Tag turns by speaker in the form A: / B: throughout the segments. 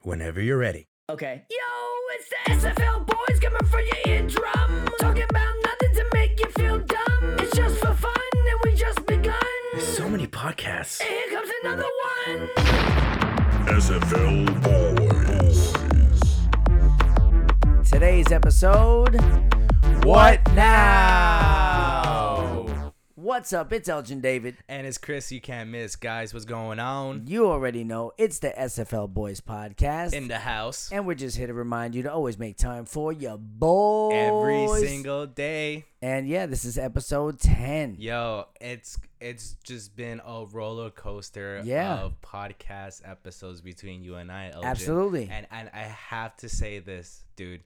A: whenever you're ready.
B: Okay.
C: Yo, it's the SFL boys coming for your eardrum. Talking about nothing to make you feel dumb. It's just for fun, and we just begun.
A: So many podcasts.
C: And here comes another one.
D: SFL Boys.
B: Today's episode.
A: What
B: now? What's up? It's Elgin David.
E: And it's Chris, you can't miss, guys. What's going on
B: You already know it's the SFL Boys Podcast.
E: in the house
B: and we're just here to remind you to always make time for your boys.
E: every single day?
B: And yeah, this is episode 10.
E: Yo, it's it's just been a roller coaster
B: Yeah.
E: of podcast episodes between you and I, Elgin.
B: Absolutely.
E: And and I have to say this, dude.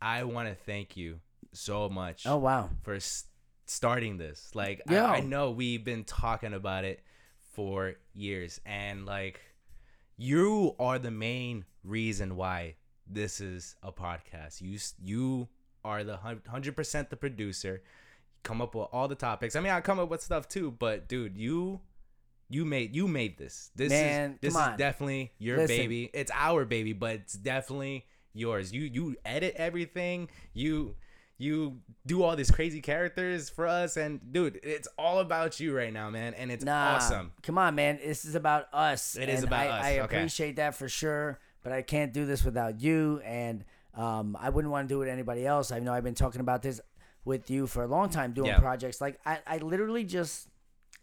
E: I want to thank you so much
B: Oh, wow.
E: for s- starting this. Like I,
B: Yo.
E: I know we've been talking about it for years, and like you are the main reason why this is a podcast. You s- you are the hundred percent the producer. Come up with all the topics. I mean, I come up with stuff too, but dude, you. You made you made this. This
B: Man,
E: is this
B: come
E: is
B: on.
E: definitely your
B: Listen.
E: baby. It's our baby, but it's definitely yours. You you edit everything. You you do all these crazy characters for us and dude it's all about you right now man and it's
B: Nah,
E: awesome
B: Come on, man. This is about us.
E: It is
B: and
E: about
B: I,
E: us,
B: I
E: okay.
B: appreciate that for sure, but I can't do this without you. And um, I wouldn't want to do it with anybody else. I know I've been talking about this with you for a long time doing
E: Yeah.
B: projects. Like, I, I literally just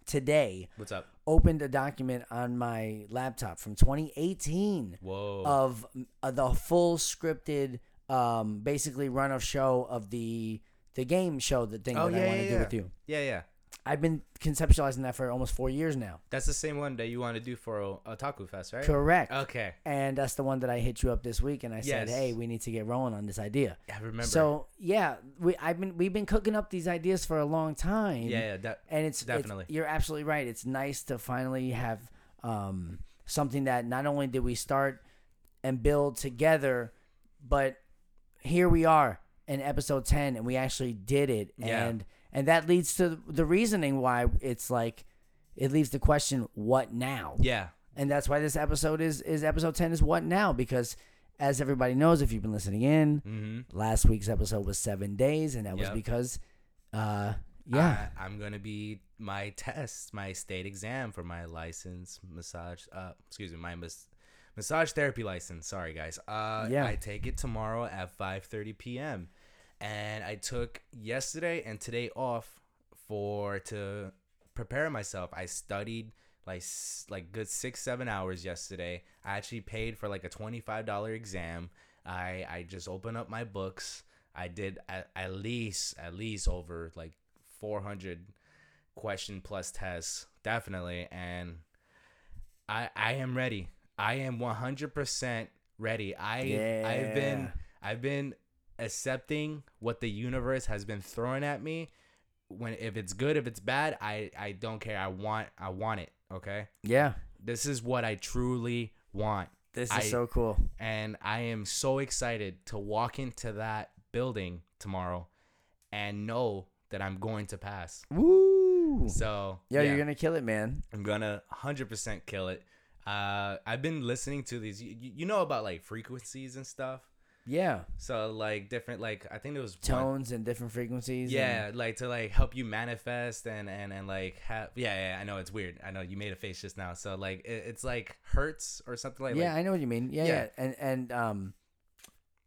B: today
E: what's up
B: opened a document on my laptop from 2018
E: whoa
B: of uh, the full scripted, um, basically run of show of the the game show, the thing that I want to do with you.
E: Oh, yeah yeah
B: I've been conceptualizing that for almost four years now.
E: that's the same one that you want to do for uh, otaku fest right
B: Correct.
E: okay
B: And that's the one that I hit you up this week, and I said,
E: Yes.
B: "Hey, we need to get rolling on this idea."
E: i remember
B: So yeah, we I've been we've been cooking up these ideas for a long time.
E: yeah, yeah that,
B: and it's it's-
E: definitely
B: you're absolutely right. It's nice to finally have um, something that not only did we start and build together, but here we are in episode ten, and we actually did it.
E: Yeah.
B: And and that leads to the reasoning why it's like it leaves the question, what now?
E: yeah
B: and that's why this episode is is episode 10 is what now because as everybody knows if you've been listening in
E: mm-hmm.
B: last week's episode was seven days and that was
E: Yep.
B: because uh yeah
E: I, i'm gonna be my test my state exam for my license massage uh excuse me my mas- massage therapy license sorry guys uh
B: Yeah.
E: yeah i take it tomorrow at 5 30 p.m and i took yesterday and today off for to prepare myself i studied like s- like good six seven hours yesterday i actually paid for like a $25 exam i i just opened up my books i did at, at least at least over like 400 question plus tests definitely and I I am ready. I am 100% ready. I I've been
B: Yeah.
E: I've been accepting what the universe has been throwing at me. When if it's good, if it's bad, I I don't care. I want I want it, okay?
B: yeah
E: This is what I truly want.
B: this is
E: I-
B: so cool
E: And I am so excited to walk into that building tomorrow and know that I'm going to pass.
B: woo
E: So,
B: yeah,
E: yeah.
B: you're gonna kill it man
E: I'm gonna 100% kill it. Uh, I've been listening to these. You, you know about like frequencies and stuff.
B: yeah
E: So like different like I think there was One,
B: tones and different frequencies and-
E: yeah, like to like help you manifest and and and like have yeah yeah I know it's weird. I know you made a face just now. So like it, it's like hertz or something like
B: yeah
E: like,
B: i know what you mean yeah, yeah
E: Yeah.
B: and and um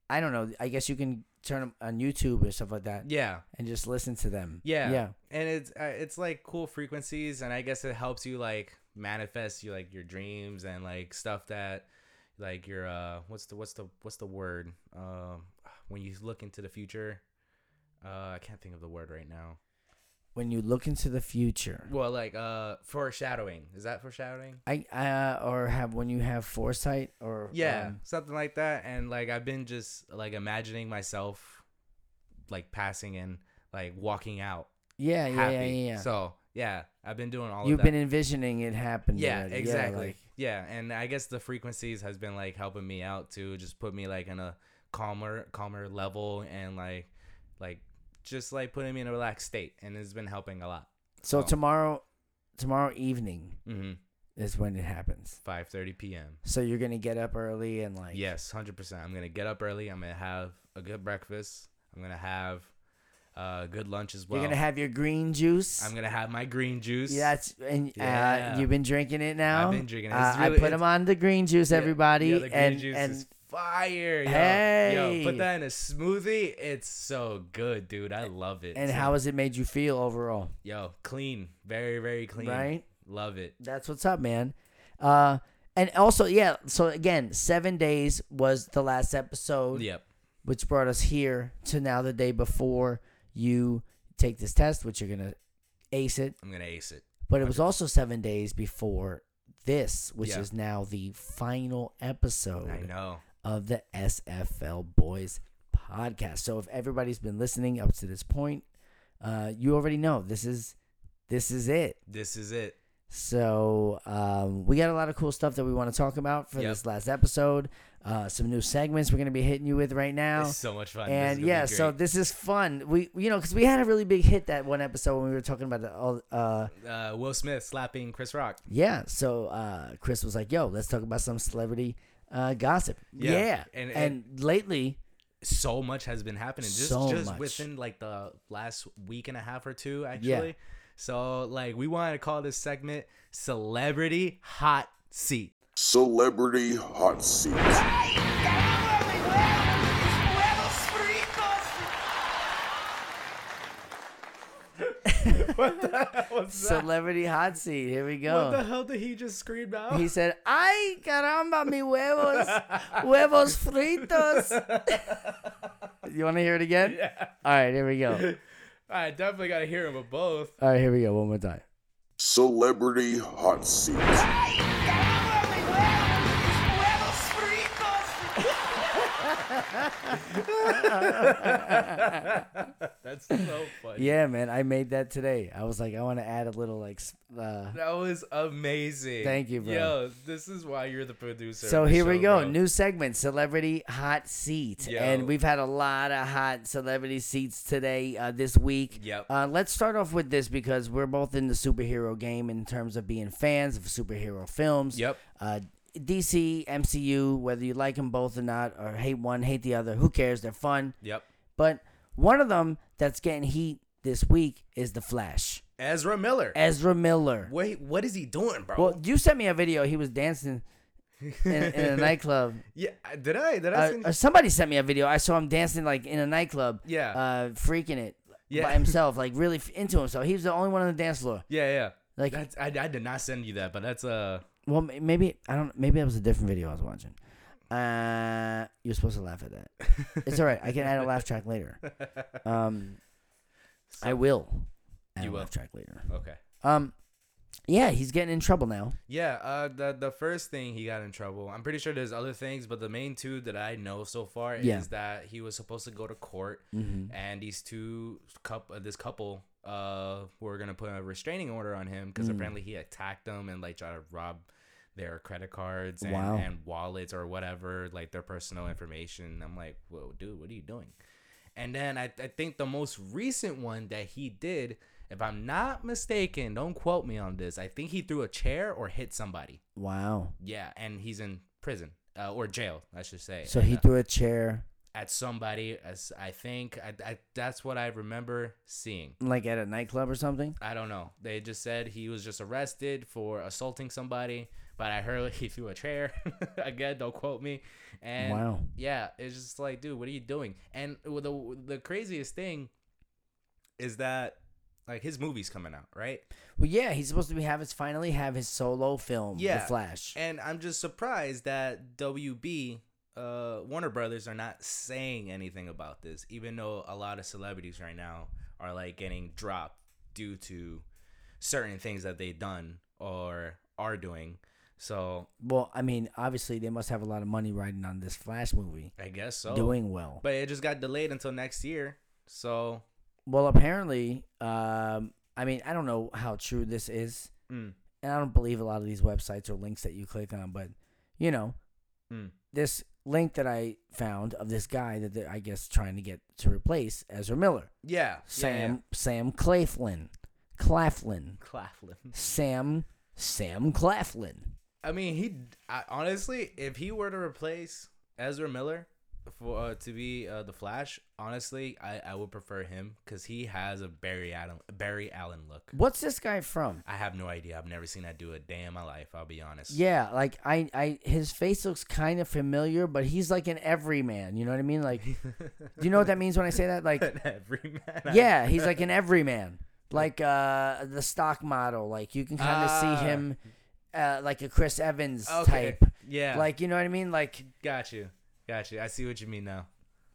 B: i don't know i guess you can turn them on youtube or stuff like that
E: yeah
B: and just listen to them
E: yeah
B: yeah
E: And it's uh, it's like cool frequencies and I guess it helps you like manifest you like your dreams and like stuff that like your uh what's the what's the what's the word um when you look into the future uh I can't think of the word right now.
B: when you look into the future
E: Well, like uh foreshadowing. Is that foreshadowing?
B: I uh, or have when you have foresight or
E: yeah
B: um,
E: something like that and like i've been just like imagining myself like passing and like walking out
B: yeah, yeah,
E: happy
B: yeah, yeah, yeah.
E: so yeah i've been doing all
B: You've
E: of that
B: been envisioning it happen.
E: yeah
B: already.
E: exactly
B: like-
E: yeah and i guess the frequencies has been like helping me out to just put me like in a calmer calmer level and like like just like putting me in a relaxed state and it's been helping a lot
B: so
E: Oh.
B: tomorrow, tomorrow evening,
E: hmm
B: is when it happens.
E: 5:30 p.m.
B: So you're gonna get up early and like
E: Yes, hundred percent. I'm gonna get up early. I'm gonna have a good breakfast. I'm gonna have uh, good lunch as well.
B: you're gonna have your green juice.
E: I'm gonna have my green juice.
B: yeah, that's and
E: Yeah.
B: uh, you've been drinking it now.
E: been drinking it.
B: Uh,
E: It's
B: I
E: really-
B: put them on the green juice,
E: Yeah,
B: everybody,
E: yeah, the green
B: and
E: juice
B: and
E: is fire. Yo. yo,
B: Hey.
E: put that in a smoothie. It's so good, dude. I love it.
B: and
E: So-
B: how has it made you feel overall?
E: yo clean, very very clean.
B: Right?
E: Love it.
B: That's what's up, man. Uh, and also, yeah. So again, seven days was the last episode,
E: Yep.
B: which brought us here to now the day before you take this test, which you're gonna ace it.
E: I'm gonna ace it.
B: But it was also seven days before this, which
E: Yeah.
B: is now the final episode
E: I know.
B: of the SFL Boys podcast. So if everybody's been listening up to this point, uh, you already know this is this is it.
E: This is it.
B: So um, we got a lot of cool stuff that we want to talk about for
E: Yep.
B: this last episode. Uh, some new segments we're going to be hitting you with right now.
E: It's so much fun. This is
B: Oh. and
E: gonna be
B: yeah, so
E: great.
B: this is fun. We you know because we had a really big hit that one episode when we were talking about the all. Uh,
E: uh, Will Smith slapping Chris Rock.
B: yeah, so uh, Chris was like, "Yo, let's talk about some celebrity uh, gossip." Yeah,
E: Yeah,
B: And,
E: and-
B: and, lately,
E: so much has been happening just
B: So
E: just
B: much.
E: within like the last week and a half or two actually
B: Yeah.
E: so like we wanted to call this segment celebrity hot seat
D: Celebrity Hot Seat.
B: celebrity hot seat. Here we go.
E: hell did he just scream out
B: He said, "Ay, caramba, mi huevos, huevos fritos." you want to hear it again? Yeah. All right, here we go.
E: i definitely gotta hear him with both
B: All right, here we go. One more time.
D: Celebrity Hot Seat.
E: that's so funny
B: Yeah, man, I made that today. I was like, I want to add a little like. s- Uh,
E: that was amazing
B: Thank you, bro.
E: yo this is why you're the producer
B: so
E: of the
B: here we
E: show,
B: go.
E: bro.
B: New segment, celebrity hot seat,
E: Yo.
B: and we've had a lot of hot celebrity seats today uh, this week.
E: Yep.
B: Uh, let's start off with this because we're both in the superhero game in terms of being fans of superhero films.
E: Yep.
B: Uh, DC, MCU, whether you like them both or not, or hate one, hate the other, who cares? They're fun.
E: yep
B: But one of them that's getting heat this week is the Flash,
E: ezra miller
B: Ezra Miller.
E: wait what is he doing bro
B: Well, you sent me a video. He was dancing in, in a nightclub.
E: yeah did i did i
B: Uh,
E: send-
B: uh, somebody sent me a video. I saw him dancing like in a nightclub.
E: Yeah.
B: Uh, freaking it.
E: Yeah.
B: By himself, like really f- into himself. He was the only one on the dance floor.
E: yeah yeah
B: Like-
E: that's I, I did not send you that but that's uh
B: Well, m- maybe I don't. Maybe that was a different video I was watching. Uh, you're supposed to laugh at that. It's all right. I can add a laugh track later. Um, I will. Add
E: You
B: a
E: will.
B: laugh track later.
E: okay
B: Um, yeah, he's getting in trouble now.
E: Yeah, uh, the the first thing he got in trouble. I'm pretty sure there's other things, but the main two that I know so far
B: Yeah. Mm-hmm.
E: is that he was supposed to go to court, and these two cup uh, this couple uh were gonna put a restraining order on him
B: Mm.
E: because apparently he attacked them and like tried to rob their credit cards and,
B: Wow.
E: and wallets or whatever, like their personal information. I'm like, whoa, dude, what are you doing? And then I, I think the most recent one that he did, if I'm not mistaken, don't quote me on this. I think he threw a chair or hit somebody.
B: Wow.
E: Yeah, and he's in prison uh, or jail, I should say.
B: So
E: And,
B: he
E: uh,
B: threw a chair
E: at somebody. As I think, I, I, that's what I remember seeing.
B: like at a nightclub or something.
E: I don't know. They just said he was just arrested for assaulting somebody, but I heard he threw a chair. Again, don't quote me. And
B: Wow.
E: yeah, it's just like, dude, what are you doing? And with the the craziest thing is that like his movie's coming out, right?
B: Well, yeah, he's supposed to be have his finally have his solo film,
E: Yeah.
B: The Flash.
E: And I'm just surprised that WB uh Warner Brothers are not saying anything about this, even though a lot of celebrities right now are like getting dropped due to certain things that they've done or are doing. So
B: Well, I mean, obviously they must have a lot of money riding on this Flash movie
E: I guess so.
B: doing well.
E: but it just got delayed until next year. So
B: well, apparently, um, I mean, I don't know how true this is,
E: Mm.
B: and I don't believe a lot of these websites or links that you click on. But you know,
E: Mm.
B: this link that I found of this guy that they're, I guess trying to get to replace Ezra Miller,
E: yeah. yeah,
B: Sam Sam Claflin, Claflin,
E: yeah. Claflin.
B: Sam Sam Claflin.
E: I mean, he I, honestly, if he were to replace Ezra Miller for uh, to be uh, the Flash, honestly, I, I would prefer him because he has a Barry Adam Barry Allen look.
B: What's this guy from?
E: I have no idea. I've never seen that do a day in my life. I'll be honest.
B: Yeah, like I, I, his face looks kind of familiar, but he's like an everyman. You know what I mean? Like, do you know what that means when I say that? Like,
E: every man. I-
B: yeah, he's like an everyman, like uh, the stock model. Like you can kind of
E: Ah.
B: see him, uh, like a Chris Evans
E: Okay.
B: type.
E: Yeah.
B: Like you know what I mean? Like,
E: got you, got you. I see what you mean now.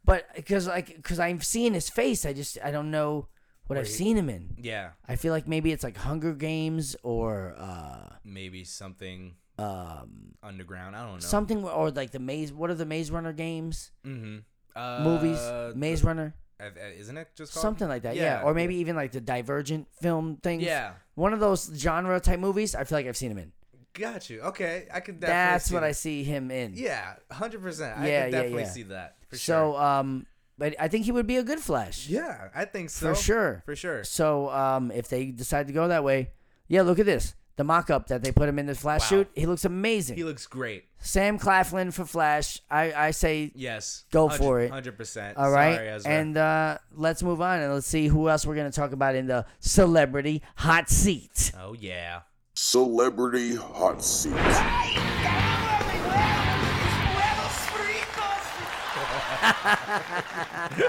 B: but because like because I've seen his face, I just I don't know what I've
E: Wait.
B: seen him in.
E: Yeah.
B: I feel like maybe it's like Hunger Games or uh,
E: Maybe something
B: um,
E: underground. I don't know.
B: something wh- or like the Maze. What are the Maze Runner games?
E: mm-hmm. uh,
B: Movies, Maze
E: the-
B: Runner,
E: uh, uh, Isn't it just called?
B: something like that. Yeah, or maybe even like the Divergent film things.
E: Yeah.
B: one of those genre type movies. I feel like I've seen him in.
E: Got you. Okay, I could. Definitely
B: That's
E: see
B: what
E: that.
B: I see him in.
E: Yeah, hundred percent.
B: Yeah,
E: I
B: yeah,
E: could definitely
B: yeah.
E: see that. For
B: So,
E: sure.
B: um, but I think he would be a good Flash.
E: yeah, I think so
B: for sure.
E: For sure.
B: So, um, if they decide to go that way, yeah, look at this. The mock up that they put him in the Flash
E: Wow.
B: suit, he looks amazing.
E: He looks great.
B: Sam Claflin for Flash. I, I say,
E: Yes.
B: Go for it.
E: Hundred percent.
B: all right.
E: Sorry, Ezra.
B: and uh, let's move on and let's see who else we're going to talk about in the celebrity hot seat.
E: oh yeah.
D: Celebrity Hot Seat.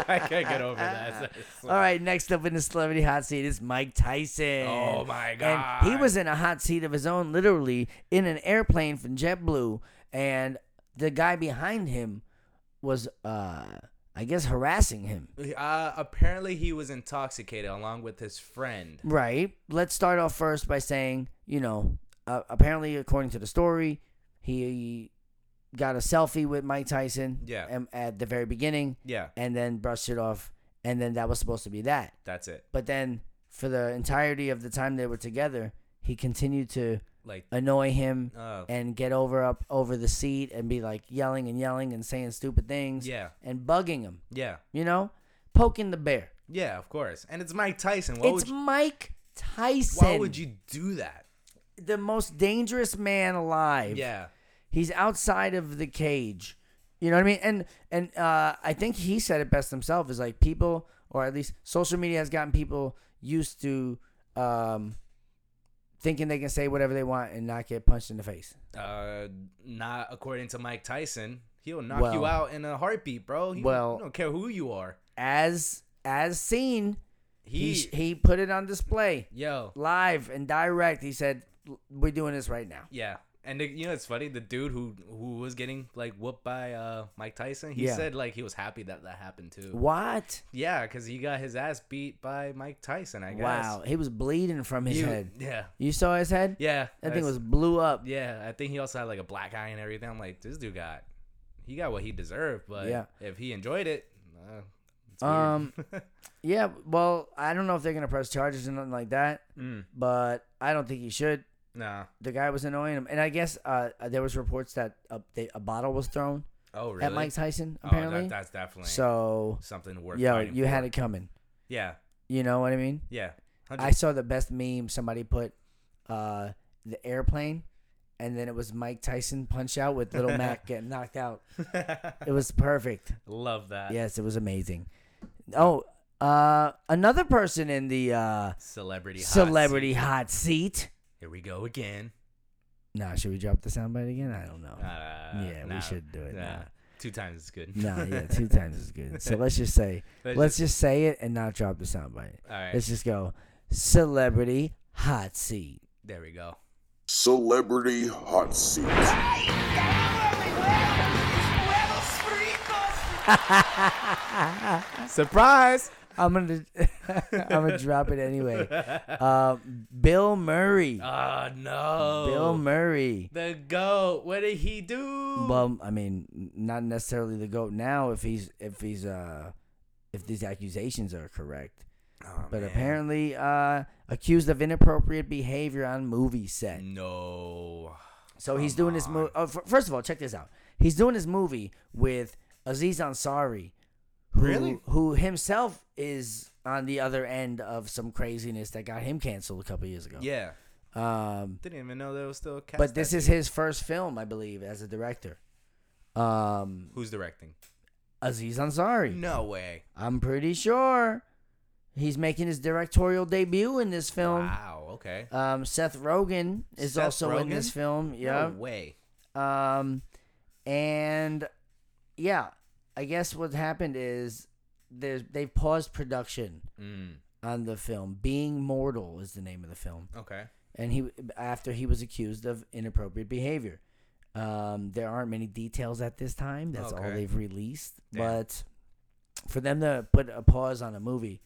E: I can't get over that.
B: All right, next up in the celebrity hot seat is Mike Tyson.
E: Oh, my
B: And he
E: God.
B: was in a hot seat of his own, literally in an airplane from JetBlue, and the guy behind him was, uh, I guess, harassing him.
E: Uh, apparently, he was intoxicated along with his friend.
B: Right. Let's start off first by saying, you know, uh, apparently, according to the story, he got a selfie with Mike Tyson.
E: Yeah.
B: um, At the very beginning,
E: Yeah,
B: and then brushed it off, and then that was supposed to be that.
E: that's it.
B: but then for the entirety of the time they were together, he continued to
E: Like,
B: annoy him
E: Oh.
B: and get over up over the seat and be like yelling and yelling and saying stupid things
E: Yeah.
B: and bugging him,
E: yeah,
B: you know, poking the bear.
E: yeah, of course. And it's Mike Tyson. Why,
B: it's
E: would you,
B: Mike Tyson,
E: why would you do that?
B: the most dangerous man alive.
E: Yeah,
B: He's outside of the cage. You know what I mean? And and uh, I think he said it best himself. Is like people, or at least social media has gotten people used to um, thinking they can say whatever they want and not get punched in the face.
E: uh, not according to Mike Tyson. He'll knock
B: Well-
E: you out in a heartbeat, bro. He,
B: Well-
E: he don't care who you are.
B: As as seen, he
E: He,
B: he, put it on display
E: yo,
B: live and direct. He said, "We're doing this right now."
E: yeah. And the, you know it's funny. The dude who who was getting like whooped by uh Mike Tyson, he
B: Yeah.
E: said like he was happy that that happened too.
B: What?
E: Yeah, because he got his ass beat by Mike Tyson. I guess.
B: Wow, he was bleeding from his
E: You-
B: head.
E: Yeah.
B: You saw his head?
E: Yeah.
B: that
E: that's-
B: thing was blew up.
E: Yeah, I think he also had like a black eye and everything. I'm like, this dude got, he got what he deserved, but
B: Yeah.
E: if he enjoyed it, uh, it's weird.
B: Um, yeah. Well, I don't know if they're gonna press charges or nothing like that,
E: Mm.
B: but I don't think he should.
E: nah.
B: The guy was annoying him, and I guess uh, there was reports that a, they, a bottle was thrown
E: Oh really?
B: at Mike Tyson
E: Oh,
B: apparently.
E: that, that's definitely
B: so,
E: something worth.
B: yo,
E: fighting
B: you
E: for.
B: had it coming.
E: Yeah,
B: You know what I mean?
E: yeah.
B: I
E: 100
B: saw the best meme somebody put uh, the airplane, and then it was Mike Tyson punch out with Little Mac getting knocked out. It was perfect.
E: love that.
B: Yes, it was amazing. Oh, uh, another person in the. Uh,
E: Celebrity. hot
B: celebrity
E: seat.
B: hot seat.
E: Here we go again.
B: Nah, should we drop the soundbite again? I don't know.
E: Uh,
B: Oh, yeah,
E: nah,
B: we should do it.
E: nah. Two times is good.
B: Nah, nah yeah, two times is good. So let's just say, let's,
E: Let's
B: just, say it and not drop the soundbite.
E: All right.
B: Let's just go celebrity hot seat.
E: There we go.
D: Celebrity Hot Seat.
E: Surprise.
B: I'm gonna, I'm gonna drop it anyway. Uh, Bill Murray,
E: Oh no.
B: Bill Murray.
E: the goat. What did he do?
B: Well, I mean, n- not necessarily the goat now if he's if he's uh if these accusations are correct.
E: Oh,
B: but
E: man.
B: apparently uh, accused of inappropriate behavior on movie set.
E: No.
B: So he's doing this movie. Oh, f- first of all, check this out. He's doing this movie with Aziz Ansari, who,
E: Really?
B: who himself is on the other end of some craziness that got him canceled a couple years ago.
E: Yeah.
B: Um,
E: Didn't even know there was still a cast.
B: but this
E: that
B: is
E: big.
B: his first film, I believe, as a director. Um,
E: who's directing.
B: Aziz Ansari.
E: No way.
B: I'm pretty sure he's making his directorial debut in this film.
E: Wow. Okay.
B: Um, Seth Rogen is
E: Seth
B: also in
E: Rogen?
B: this film.
E: No
B: Yeah.
E: way.
B: Um, and yeah, I guess what happened is there's they paused production
E: Mm.
B: on the film. Being Mortal is the name of the film,
E: Okay.
B: and he after he was accused of inappropriate behavior. Um, there aren't many details at this time. That's all
E: Okay.
B: they've released.
E: Damn.
B: But for them to put a pause on a movie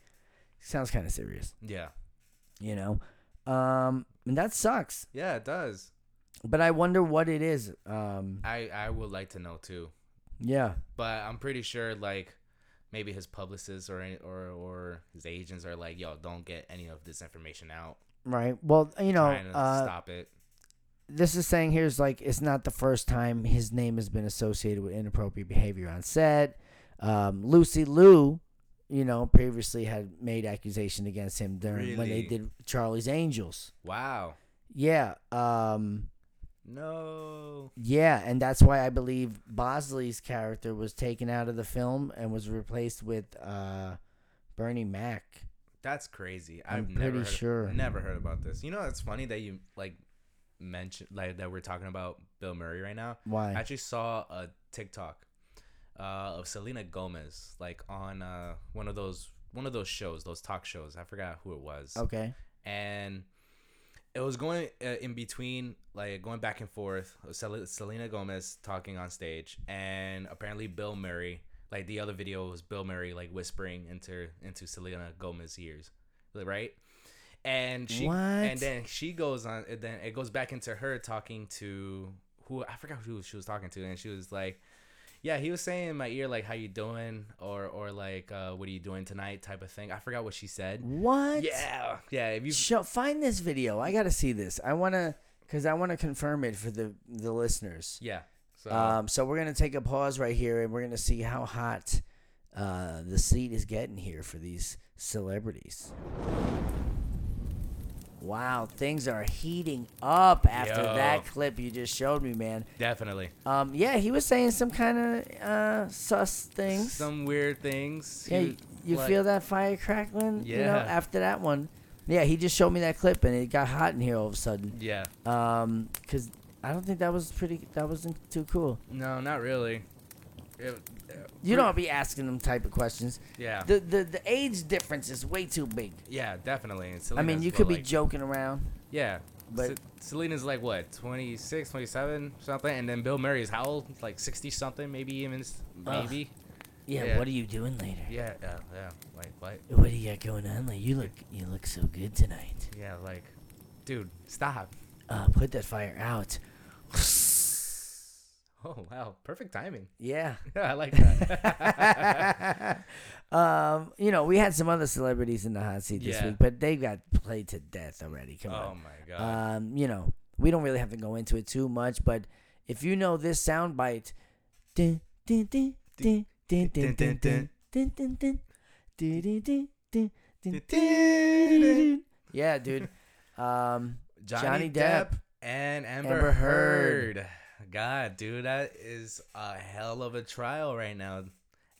B: sounds kind of serious,
E: Yeah.
B: you know. Um, and that sucks.
E: Yeah, it does.
B: But I wonder what it is. Um,
E: I I would like to know too.
B: yeah.
E: But I'm pretty sure like maybe his publicists or any, or or his agents are like, "Yo, don't get any of this information out."
B: Right. Well, you know,
E: Trying to
B: uh,
E: stop it.
B: this is saying here's like it's not the first time his name has been associated with inappropriate behavior on set. Um, Lucy Liu, you know, previously had made accusation against him during when they
E: Really?
B: did Charlie's Angels.
E: Wow.
B: Yeah. Um,
E: No.
B: yeah, and that's why I believe Bosley's character was taken out of the film and was replaced with uh, Bernie Mac.
E: That's crazy.
B: I'm
E: I've never
B: pretty
E: heard,
B: sure.
E: Never heard about this. You know, it's funny that you like mentioned like that we're talking about Bill Murray right now.
B: Why?
E: I actually saw a TikTok uh, of Selena Gomez like on uh, one of those one of those shows, those talk shows. I forgot who it was.
B: okay.
E: and it was going uh, in between, like going back and forth. of Sel- Selena Gomez talking on stage, and apparently Bill Murray. Like the other video was Bill Murray like whispering into into Selena Gomez's ears, right? And she
B: What?
E: and then she goes on. And then it goes back into her talking to who I forgot who she was talking to, and she was like, yeah, he was saying in my ear like how you doing or or like uh, what are you doing tonight type of thing. I forgot what she said.
B: What?
E: Yeah, yeah. If you
B: Show, find this video. I gotta see this. I wanna, cause I wanna confirm it for the the listeners.
E: yeah, so
B: Um, so we're gonna take a pause right here, and we're gonna see how hot uh, the seat is getting here for these celebrities. Wow, things are heating up after
E: Yo.
B: that clip you just showed me, man.
E: definitely
B: Um, yeah, he was saying some kind of uh, sus things.
E: some weird things.
B: yeah,
E: He
B: you,
E: was
B: you
E: like-
B: feel that fire crackling? You know,
E: Yeah.
B: after that one. Yeah, he just showed me that clip, and it got hot in here all of a sudden.
E: Yeah,
B: Um, cause I don't think that was pretty. That wasn't too cool.
E: no, not really. It- uh,
B: You don't be asking them type of questions.
E: Yeah,
B: The the the age difference is way too big.
E: yeah, definitely. And
B: I mean,
E: Selena's
B: you
E: what,
B: could be
E: like-
B: joking around.
E: yeah,
B: but-
E: but Selena's like what 26, 27, something, and then Bill Murray's how old? Like sixty something, maybe even s-
B: Ugh.
E: maybe.
B: Yeah,
E: Yeah.
B: What are you doing later?
E: Yeah, yeah, yeah. Like what?
B: What do you got going on? Like you look you look so good tonight.
E: Yeah, like, dude, stop.
B: Uh, put that fire out.
E: Oh wow, perfect timing.
B: Yeah.
E: Yeah, I like that.
B: um, you know, we had some other celebrities in the hot seat this
E: Yeah.
B: week, but they got played to death already. Come
E: oh
B: on.
E: my god.
B: Um, you know, we don't really have to go into it too much, but if you know this sound bite, dun, dun, dun, dun, dun, dun, dun, dun, dun, dun, dun, dun, dun, dun, dun, dun, dun. yeah, dude. Um, Johnny Depp.
E: and Amber,
B: Amber Heard.
E: Heard. God, dude, that is a hell of a trial right now.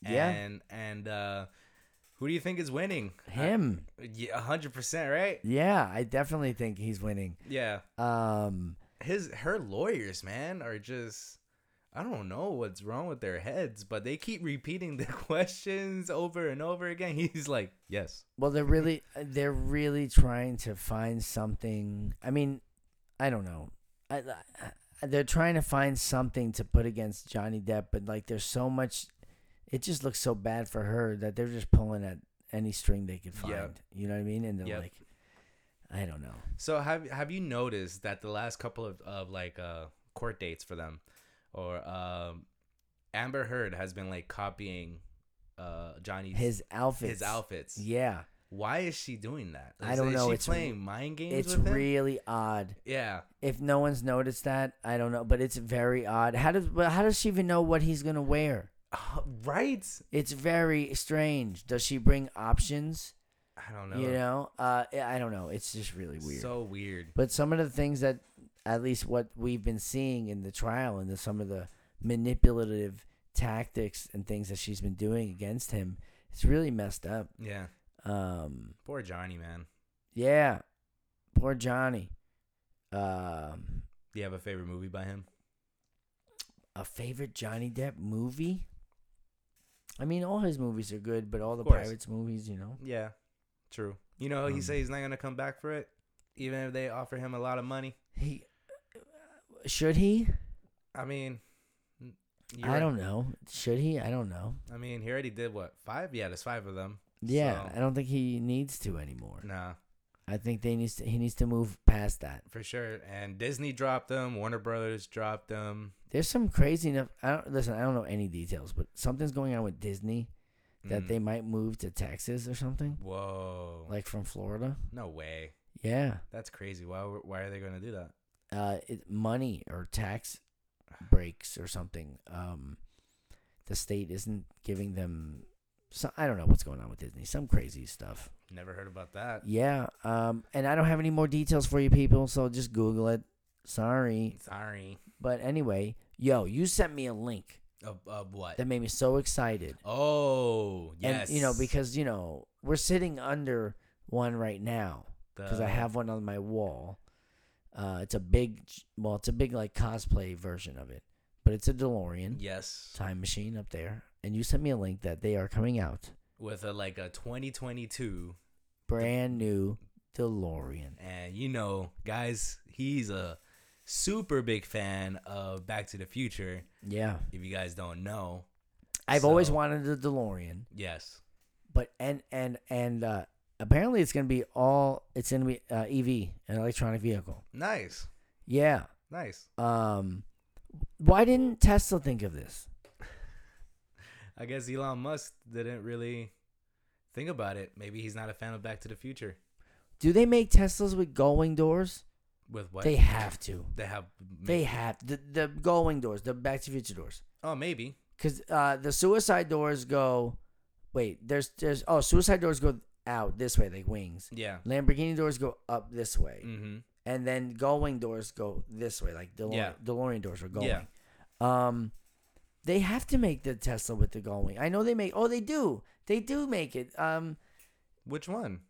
B: Yeah.
E: And and uh who do you think is winning?
B: him.
E: Uh, yeah, 100%, right?
B: Yeah, I definitely think he's winning.
E: Yeah.
B: Um,
E: His her lawyers, man, are just I don't know what's wrong with their heads, but they keep repeating the questions over and over again. He's like, "Yes."
B: Well, they're really uh, they're really trying to find something. I mean, I don't know. I, I- they're trying to find something to put against Johnny Depp, but like there's so much. It just looks so bad for her that they're just pulling at any string they can find.
E: Yeah.
B: You know what I mean? And they're
E: Yep.
B: like, I don't know.
E: So have have you noticed that the last couple of, of like uh court dates for them or um Amber Heard has been like copying uh Johnny's
B: His outfits.
E: his outfits.
B: Yeah,
E: Why is she doing that?
B: I
E: Is-
B: don't
E: is
B: know,
E: She
B: it's re-
E: playing mind games
B: it's
E: with him?
B: really odd.
E: Yeah.
B: If no one's noticed that, I don't know, but it's very odd. How does but how does she even know what he's gonna wear?
E: Oh, right?
B: It's very strange. Does she bring options?
E: I don't know.
B: You know, uh, I I don't know. It's just really weird.
E: So weird.
B: But some of the things that, at least what we've been seeing in the trial and the, some of the manipulative tactics and things that she's been doing against him, it's really messed up.
E: Yeah.
B: Um,
E: Poor Johnny, man.
B: yeah, poor Johnny. Um,
E: Do you have a favorite movie by him?
B: a favorite Johnny Depp movie? I mean, all his movies are good, but all the
E: course.
B: Pirates movies, you know.
E: Yeah. True. You know, he
B: Um,
E: said he's not gonna come back for it, even if they offer him a lot of money.
B: He uh, should he?
E: I mean, n- you're
B: I
E: right.
B: don't know. Should he? I don't know.
E: I mean, he already did what five? Yeah, there's five of them.
B: Yeah,
E: So-
B: I don't think he needs to anymore.
E: Nah,
B: I think they needs to, he needs to move past that.
E: for sure. And Disney dropped them. Warner Brothers dropped them.
B: There's some crazy enough. I don't listen. I don't know any details, but something's going on with Disney that
E: Mm.
B: they might move to Texas or something,
E: Whoa.
B: like from Florida.
E: no way.
B: Yeah,
E: That's crazy. Why? w- Why are they gonna do that?
B: uh, it, money or tax breaks or something. Um, the state isn't giving them. So I don't know what's going on with Disney. Some crazy stuff.
E: Never heard about that.
B: Yeah. Um, and I don't have any more details for you people, so just Google it. Sorry,
E: Sorry.
B: but anyway, yo, you sent me a link.
E: Of, of what?
B: that made me so excited.
E: oh yes.
B: And you know, because you know, we're sitting under one right now because I
E: The-
B: have one on my wall. Uh, it's a big, well, it's a big like cosplay version of it, but it's a DeLorean
E: yes
B: time machine up there. And you sent me a link that they are coming out
E: with a like a 2022,
B: brand new DeLorean.
E: and you know, guys, he's a super big fan of Back to the Future.
B: Yeah,
E: If you guys don't know,
B: I've always
E: So-
B: wanted a DeLorean,
E: yes,
B: but and and and uh, apparently it's gonna be all it's gonna be uh, EV, an electronic vehicle.
E: nice,
B: Yeah.
E: nice.
B: Um, why didn't Tesla think of this?
E: I guess Elon Musk didn't really think about it. Maybe he's not a fan of Back to the Future.
B: Do they make Teslas with going doors?
E: With what
B: They have to.
E: They have
B: They have the the going doors, the Back to the Future doors,
E: oh maybe
B: because uh, the suicide doors go. Wait, there's there's oh suicide doors go out this way like wings.
E: yeah.
B: Lamborghini doors go up this way,
E: Mm-hmm.
B: and then going doors go this way like DeLorean,
E: Yeah.
B: DeLorean doors are going.
E: Yeah.
B: Um, they have to make the Tesla with the going. I know they make. Oh, they do. They do make it. Um,
E: Which one?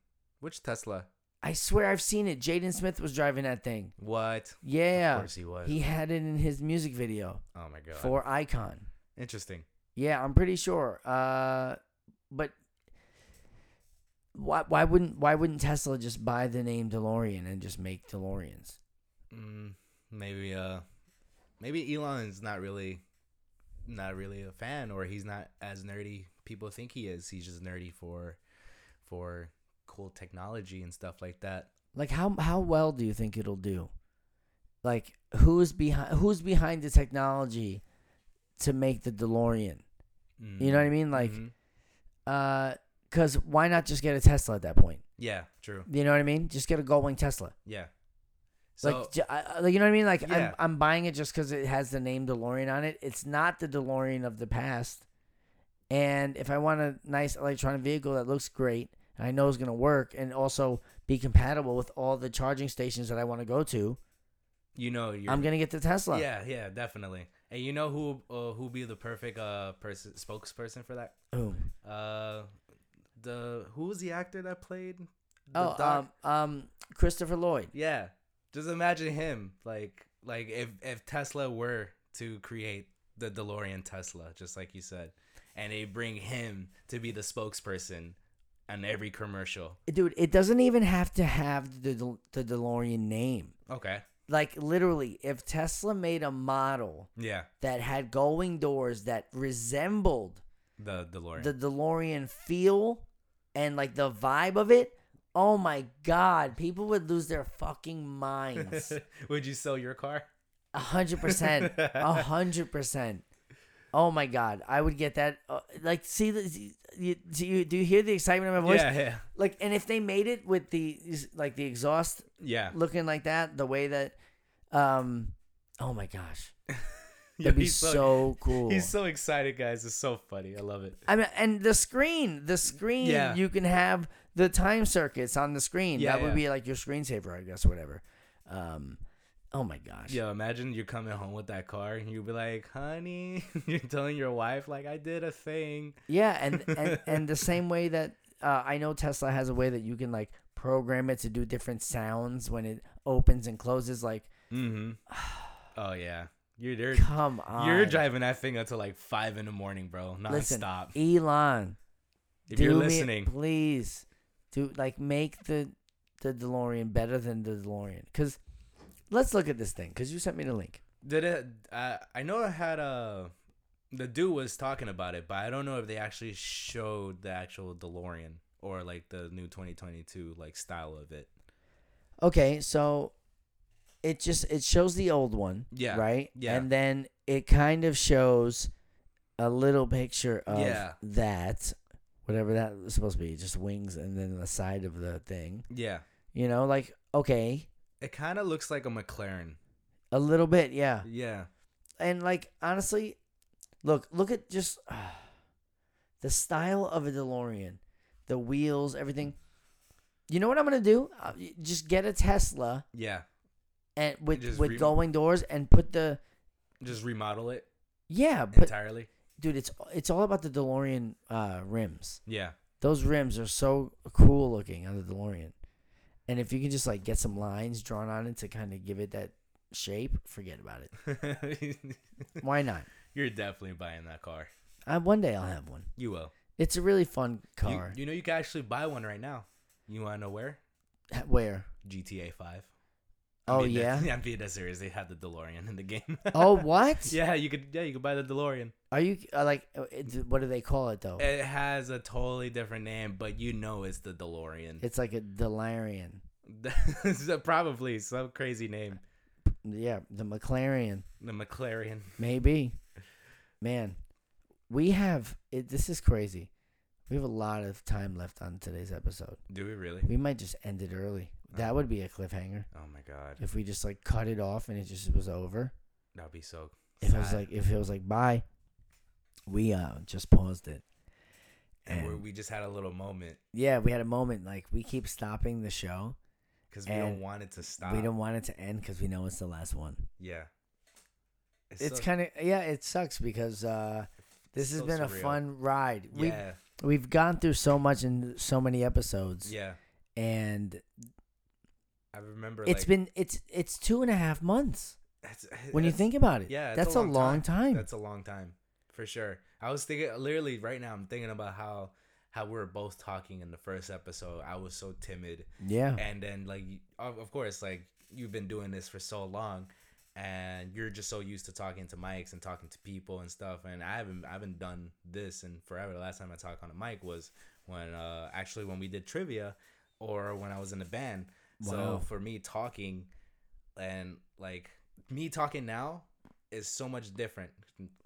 E: Which Tesla?
B: I swear I've seen it. Jaden Smith was driving that thing.
E: What?
B: Yeah.
E: Of course he was.
B: He had it in his music video
E: oh my god.
B: for Icon.
E: Interesting.
B: Yeah, I'm pretty sure. Uh but why why wouldn't why wouldn't Tesla just buy the name DeLorean and just make DeLoreans?
E: Mm, maybe uh maybe Elon's not really not really a fan or he's not as nerdy people think he is. He's just nerdy for for cool technology and stuff like that.
B: Like how how well do you think it'll do? Like who's behind who's behind the technology to make the DeLorean?
E: Mm.
B: You know what I mean? Like
E: Mhm.
B: uh cuz why not just get a Tesla at that point?
E: Yeah, true.
B: You know what I mean? Just get a going Tesla.
E: Yeah. So
B: Like, j- I- I- like you know what I mean? Like
E: Yeah.
B: I'm, I'm buying it just because it has the name DeLorean on it. It's not the DeLorean of the past. And if I want a nice electronic vehicle that looks great and I know is going to work and also be compatible with all the charging stations that I want to go to,
E: you know you're
B: I'm going to get the Tesla.
E: Yeah, yeah, definitely. And you know who uh, who be the perfect uh person spokesperson for that?
B: Boom.
E: Uh the who was the actor that played the
B: Oh,
E: doc-
B: um, um, Christopher Lloyd.
E: Yeah. Just imagine him like like if if Tesla were to create the DeLorean Tesla, just like you said, and they bring him to be the spokesperson on every commercial.
B: Dude, it doesn't even have to have the, De- the DeLorean name.
E: Okay.
B: Like, literally, if Tesla made a model
E: Yeah.
B: that had going doors that resembled
E: The DeLorean.
B: the DeLorean feel and like the vibe of it. Oh my god, people would lose their fucking minds.
E: Would you sell your car?
B: A hundred percent, a hundred percent. Oh my god, I would get that. Uh, like, see, the- see- you, do you do you hear the excitement in my voice?
E: Yeah, yeah.
B: Like, and if they made it with the like the exhaust
E: Yeah.
B: looking like that, the way that, um, oh my gosh, That'd be
E: he's so-
B: so cool.
E: He's so excited, guys. It's so funny. I love it.
B: I mean, and the screen, the screen,
E: Yeah.
B: you can have the time circuits on the screen.
E: Yeah,
B: that would
E: yeah.
B: be like your screensaver, I guess, or whatever. Um, oh my gosh.
E: Yo, imagine you're coming home with that car and you'd be like, honey, you're telling your wife, like, I did a thing.
B: Yeah, and and, and the same way that uh, I know Tesla has a way that you can like program it to do different sounds when it opens and closes. Like,
E: Mm-hmm. Oh, yeah. You're, you're,
B: come on,
E: you're driving that thing until like 5 in the morning, bro.
B: Listen,
E: Nonstop.
B: Elon.
E: if you're
B: do me-
E: listening,
B: please do like make the the DeLorean better than the DeLorean. Cause let's look at this thing. Cause you sent me the link.
E: did it? I I know it had a. The dude was talking about it, but I don't know if they actually showed the actual DeLorean or like the new 2022 like style of it.
B: Okay, so it just it shows the old one.
E: Yeah,
B: Right.
E: yeah.
B: And then it kind of shows a little picture of
E: Yeah.
B: that, whatever that was supposed to be, just wings and then the side of the thing.
E: Yeah,
B: You know, like okay,
E: it kind of looks like a McLaren.
B: a little bit, yeah.
E: Yeah,
B: And like honestly, look, look at just the style of a DeLorean, the wheels, everything. You know what I'm gonna do? Uh, y- Just get a Tesla
E: yeah.
B: and with
E: Just
B: with
E: re-
B: going doors and put the
E: Just remodel it
B: Yeah, but
E: entirely.
B: dude, it's it's all about the DeLorean uh, rims.
E: Yeah,
B: Those rims are so cool looking on the DeLorean, and if you can just like get some lines drawn on it to kind of give it that shape, forget about it. Why not?
E: you're definitely buying that car.
B: I, one day I'll have one.
E: You will.
B: It's a really fun
E: You-
B: car.
E: You, know you can actually buy one right now. You want to know where?
B: Where?
E: GTA Five. I'm
B: Oh
E: being
B: yeah.
E: That, I'm being that serious. They have the DeLorean in the game.
B: Oh what?
E: yeah, you could. Yeah, you could buy the DeLorean.
B: Are you uh, like? uh, it- What do they call it though?
E: It has a totally different name, but you know it's the DeLorean.
B: It's like a DeLorean.
E: It's probably some crazy name.
B: Yeah, the McLaren.
E: The McLaren.
B: Maybe. Man, we have it, this is crazy. We have a lot of time left on today's episode.
E: Do we really?
B: We might just end it early. That would be a cliffhanger
E: Oh my god,
B: if we just like cut it off and it just was over.
E: that'd be so.
B: If it was
E: sad.
B: like if it was like bye, we uh just paused it.
E: and where
B: and-
E: we just had a little moment
B: Yeah, we had a moment like we keep stopping the show.
E: because we don't
B: And
E: want it to stop.
B: We don't want it to end because we know it's the last one.
E: Yeah.
B: It's
E: so-
B: kind of yeah, it sucks because uh this has
E: so
B: been a
E: surreal.
B: fun ride. We've
E: Yeah.
B: we've gone through so much in so many episodes
E: Yeah.
B: and
E: I remember.
B: it's
E: like,
B: been it's it's two and a half months
E: that's- eh,
B: when you
E: that's-
B: think about it
E: Yeah, it's
B: that's a long, time,
E: That's a long time for sure. I was thinking literally right now. I'm thinking about how how we were both talking in the first episode. I was so timid,
B: yeah
E: and then like you- of, of course like you've been doing this for so long, and you're just so used to talking to mics and talking to people and stuff. And I haven't I haven't done this in forever. The last time I talked on a mic was when uh actually when we did trivia, or when I was in the band.
B: Wow.
E: So for me talking, and like me talking now is so much different.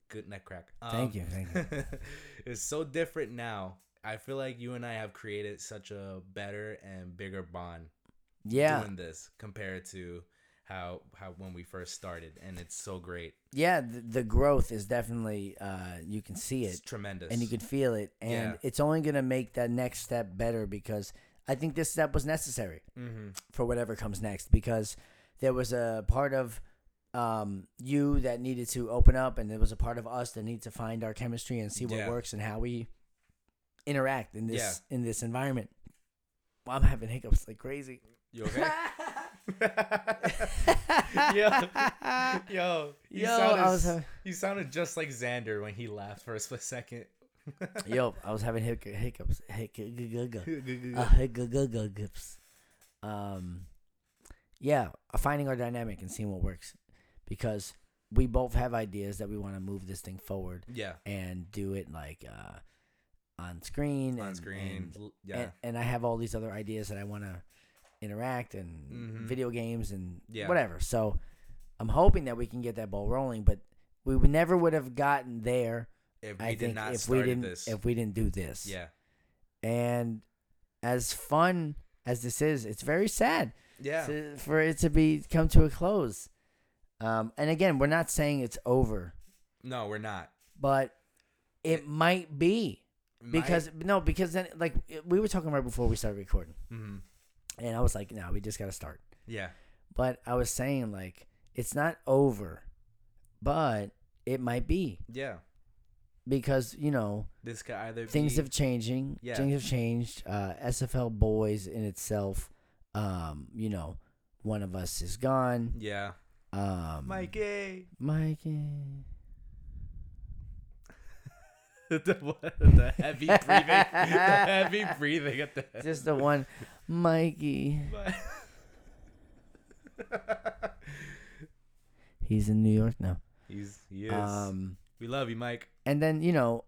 E: Good neck crack. Um,
B: Thank you, thank
E: you. it's so different now. I feel like you and I have created such a better and bigger bond
B: yeah
E: doing this compared to how how when we first started, and it's so great.
B: yeah the, the growth is definitely uh you can see
E: It's
B: it
E: tremendous.
B: and you can feel it and
E: Yeah.
B: it's only gonna make that next step better because i think this step was necessary
E: hmm
B: for whatever comes next because there was a part of um, you that needed to open up, and there was a part of us that needed to find our chemistry and see what
E: Yeah.
B: works and how we interact in this in this environment. Well, I'm having hiccups like crazy.
E: You okay? yo, yo, you,
B: Yo, I
E: sounded,
B: was uh,
E: s-
B: having-
E: you sounded just like Xander when he laughed for a split second.
B: Yo, I was having hic- hiccups. Hic- uh, hiccups. Um, yeah, uh, finding our dynamic and seeing what works because we both have ideas that we want to move this thing forward.
E: yeah,
B: and do it like uh, on screen.
E: on
B: and-
E: screen.
B: And,
E: l- Yeah,
B: and, and I have all these other ideas that I want to interact and
E: Mhm.
B: video games and
E: Yeah.
B: whatever. So I'm hoping that we can get that ball rolling, but we would- never would have gotten there.
E: if we
B: I
E: did
B: think
E: not
B: if we
E: start
B: didn't
E: this,
B: if we didn't do this.
E: yeah,
B: And as fun as this is, it's very sad
E: yeah,
B: to- for it to be come to a close. Um, and again, we're not saying it's over.
E: No, we're not.
B: but it might be because no, because then like we were talking right before we started recording,
E: Mhm.
B: and I was like, no, we just gotta start.
E: Yeah.
B: But I was saying like it's not over, but it might be
E: Yeah.
B: because you know
E: This could either
B: things
E: be,
B: have changing.
E: Yeah.
B: Things have changed. Uh, SFL boys in itself, um, you know, one of us is gone.
E: Yeah.
B: Um,
E: Mikey.
B: Mikey.
E: the, the heavy breathing. the heavy breathing at the
B: Just the one, Mikey. He's in New York now.
E: He's he is.
B: Um,
E: we love you, Mike.
B: and then you know,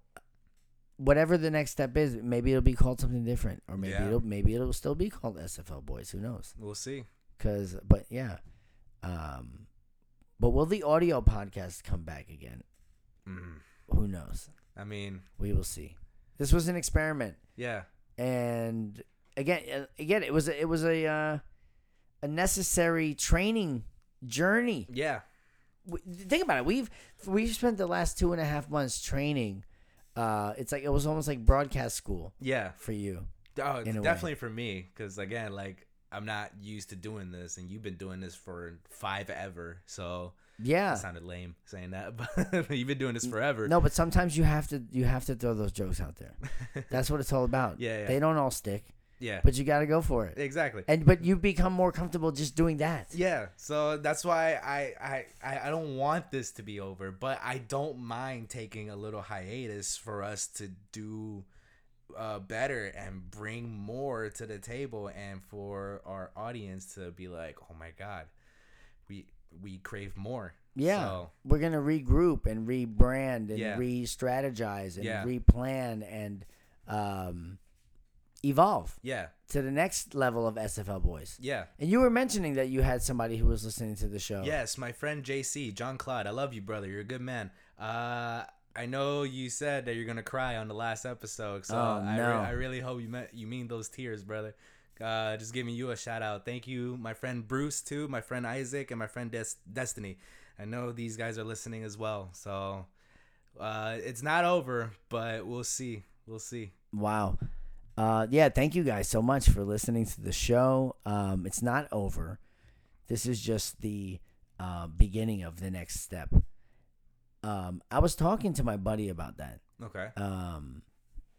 B: whatever the next step is, maybe it'll be called something different, or maybe
E: Yeah.
B: it'll maybe it'll still be called SFL Boys. Who knows?
E: We'll see.
B: Cause, but yeah, um, but will the audio podcast come back again?
E: Mm.
B: Who knows?
E: I mean,
B: We will see. This was an experiment,
E: yeah.
B: and again, uh, again, it was a, it was a uh, a necessary training journey.
E: Yeah.
B: w- think about it. We've we've spent the last two and a half months training. Uh, it's like it was almost like broadcast school
E: Yeah.
B: for you.
E: Oh, it's
B: In a way.
E: definitely for me because again, like I'm not used to doing this, and you've been doing this for five ever. So
B: Yeah.
E: it sounded lame saying that, but you've been doing this forever.
B: No, but sometimes you have to you have to throw those jokes out there. That's what it's all about.
E: Yeah, yeah.
B: They don't all stick,
E: Yeah.
B: but you got to go for it.
E: exactly.
B: And but you become more comfortable just doing that.
E: Yeah, so that's why I, I I I don't want this to be over, but I don't mind taking a little hiatus for us to do uh, better and bring more to the table, and for our audience to be like, oh my god, we we crave more.
B: Yeah.
E: So,
B: We're going to regroup and rebrand and
E: Yeah.
B: re-strategize and
E: Yeah.
B: replan and um evolve
E: yeah,
B: to the next level of SFL boys.
E: yeah.
B: And you were mentioning that you had somebody who was listening to the show.
E: Yes, my friend JC, John Claude, I love you, brother. You're a good man. Uh, I know you said that you're gonna cry on the last episode, so
B: Oh,
E: I, re-
B: no.
E: I really hope you meant you mean those tears, brother. Uh, just giving you a shout out. Thank you, my friend Bruce too, my friend Isaac, and my friend Des- Destiny. I know these guys are listening as well, so uh, it's not over, but we'll see. We'll see.
B: Wow. Uh, yeah, thank you guys so much for listening to the show. Um, it's not over. This is just the uh, beginning of the next step. Um, I was talking to my buddy about that.
E: Okay.
B: Um,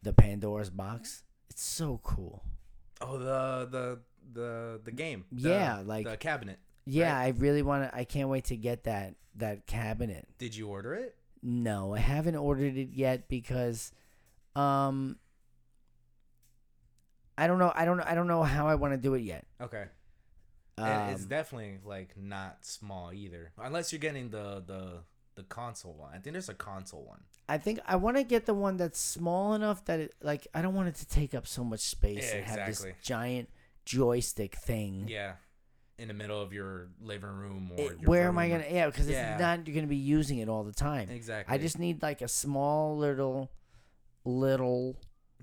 B: the Pandora's box. It's so cool.
E: Oh, the the the the game. The-
B: Yeah, like-
E: the cabinet.
B: Yeah, I really want to. I can't wait to get that that cabinet.
E: Did you order it?
B: No, I haven't ordered it yet because um I don't know I don't I don't know how I want to do it yet.
E: Okay.
B: Um,
E: and it's definitely like not small either, unless you're getting the the the console one. I think there's a console one.
B: I think I want to get the one that's small enough that it like I don't want it to take up so much space
E: Yeah,
B: and have
E: exactly.
B: this giant joystick thing.
E: Yeah, in the middle of your living room or
B: Mm-hmm. It-
E: your
B: where am I
E: room.
B: gonna? Yeah, because
E: Yeah.
B: it's not you're gonna be using it all the time.
E: Exactly.
B: I just need like a small little, little,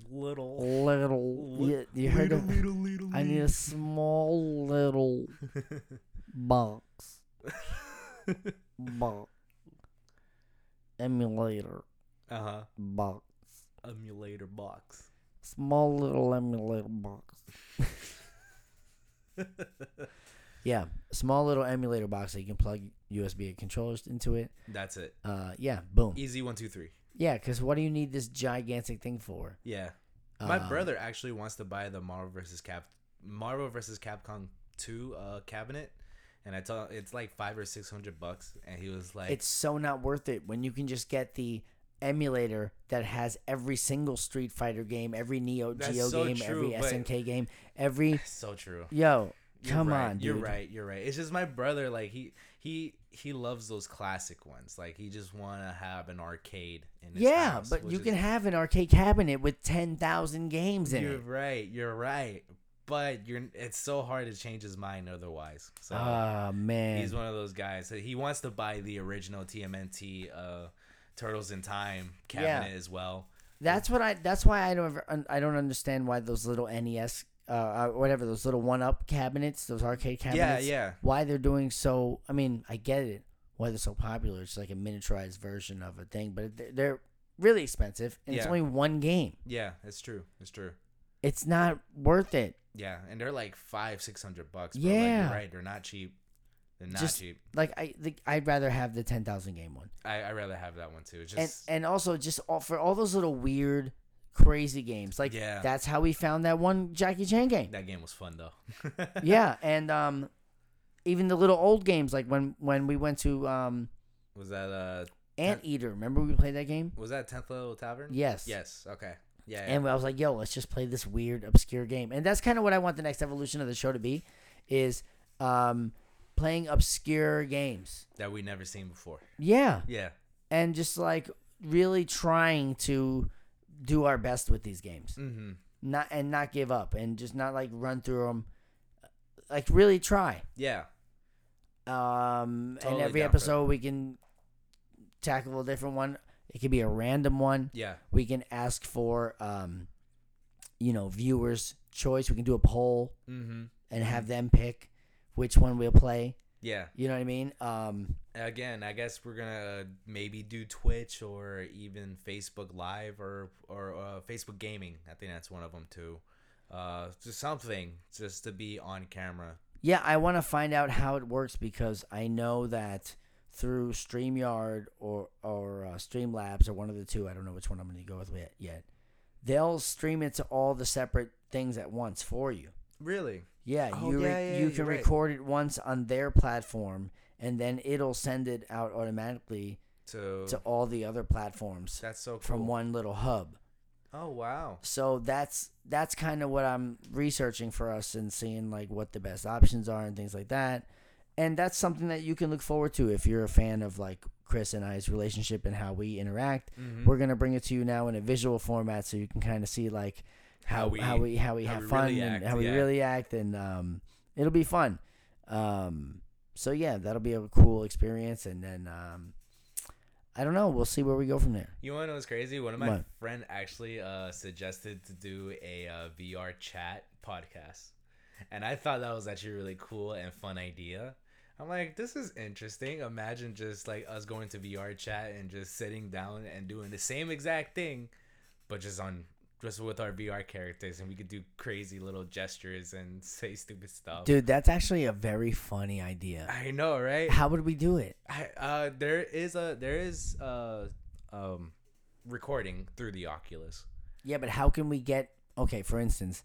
E: little.
B: little. You, you heard of?
E: little,
B: I need a small little box. box. Emulator
E: Uh huh.
B: box.
E: Emulator box.
B: Small little emulator box. yeah, small little emulator box that you can plug USB controllers into it.
E: That's it.
B: Uh, yeah, boom.
E: Easy one, two, three.
B: Yeah, because what do you need this gigantic thing for?
E: Yeah. My
B: Um,
E: brother actually wants to buy the Marvel versus Cap Marvel versus Capcom two uh cabinet, and I tell it's like five or six hundred bucks, and he was like,
B: It's so not worth it when you can just get the emulator that has every single Street Fighter game, every Neo
E: That's
B: Geo
E: so
B: game,
E: true,
B: every
E: but-
B: SNK game, every
E: "So true."
B: yo.
E: You're
B: Come
E: right,
B: on, dude.
E: You're right. You're right. It's just my brother. Like he he he loves those classic ones. Like he just want to have an arcade. In his
B: Yeah,
E: house,
B: but
E: which
B: you
E: is-
B: can have an arcade cabinet with ten thousand games in
E: You're
B: it.
E: right. You're right. But you're. It's so hard to change his mind otherwise. So
B: Ah man,
E: he's one of those guys. He wants to buy the original TMNT uh, Turtles in Time cabinet as well.
B: That's what I. That's why I don't. Ever, I don't understand why those little NES, uh, uh, whatever those little one-up cabinets, those arcade cabinets.
E: yeah.
B: Why they're doing so? I mean, I get it. why they're so popular. It's like a miniaturized version of a thing, but they're- they're really expensive, and it's
E: Yeah.
B: only one game.
E: Yeah, it's true. It's true.
B: It's not worth it.
E: Yeah, and they're like five, six hundred bucks. But like,
B: Yeah.
E: you're right. They're not cheap. They're not
B: Just-
E: cheap.
B: Like I, like, I'd rather have the ten thousand game one.
E: I I rather have that one too. It's
B: and
E: just
B: and also just all, for all those little weird, crazy games. Like
E: Yeah.
B: that's how we found that one Jackie Chan game.
E: that game was fun though.
B: yeah, and um, even the little old games like when when we went to um
E: was that uh
B: Anteater. Remember we played that game?
E: was that tenth level tavern?
B: Yes.
E: Yes. Okay. Yeah. yeah.
B: And I was like, yo, let's just play this weird, obscure game. And that's kind of what I want the next evolution of the show to be, is um, playing obscure games.
E: that we never seen before.
B: Yeah.
E: Yeah.
B: And just like really trying to do our best with these games.
E: Mm-hmm.
B: Not and not give up and just not like run through them. Like really try.
E: Yeah.
B: Um,
E: Totally
B: and every
E: down for
B: episode we can tackle a different one. It could be a random one.
E: Yeah.
B: we can ask for um you know viewers choice we can do a poll
E: Mm-hmm.
B: and have them pick which one we'll play
E: Yeah.
B: you know what i mean um
E: Again, I guess we're gonna maybe do Twitch or even Facebook Live or or uh, Facebook Gaming. I think that's one of them too. Uh, just something just to be on camera.
B: yeah i want to find out how it works because i know that through streamyard or or uh, streamlabs or one of the two i don't know which one i'm going to go with yet- yet they'll stream it to all the separate things at once for you
E: Really?
B: Yeah,
E: Oh,
B: you re-
E: yeah, yeah,
B: you
E: you're
B: can
E: right.
B: record it once on their platform, and then it'll send it out automatically
E: So
B: to all the other platforms
E: Oh. that's so cool.
B: from one little hub.
E: Oh wow.
B: So that's that's kind of what I'm researching for us and seeing like what the best options are and things like that. And that's something that you can look forward to if you're a fan of like Chris and I's relationship and how we interact.
E: Mm-hmm.
B: We're gonna bring it to you now in a visual format so you can kind of see like how how we how we,
E: how
B: have
E: we
B: fun
E: really
B: and
E: act,
B: how we
E: yeah.
B: really act and um it'll be fun. Um so yeah, that'll be a cool experience and then um I don't know, we'll see where we go from there.
E: You want to know what's crazy? One of my
B: What?
E: friend actually uh, suggested to do a uh, VR chat podcast, and I thought that was actually a really cool and fun idea. I'm like, this is interesting. Imagine just like us going to VR chat and just sitting down and doing the same exact thing, but just on just with our VR characters, and we could do crazy little gestures and say stupid stuff.
B: Dude, that's actually a very funny idea.
E: I know, right?
B: How would we do it?
E: I, uh, there is a there is a um, recording through the Oculus.
B: Yeah, but how can we get okay, for instance,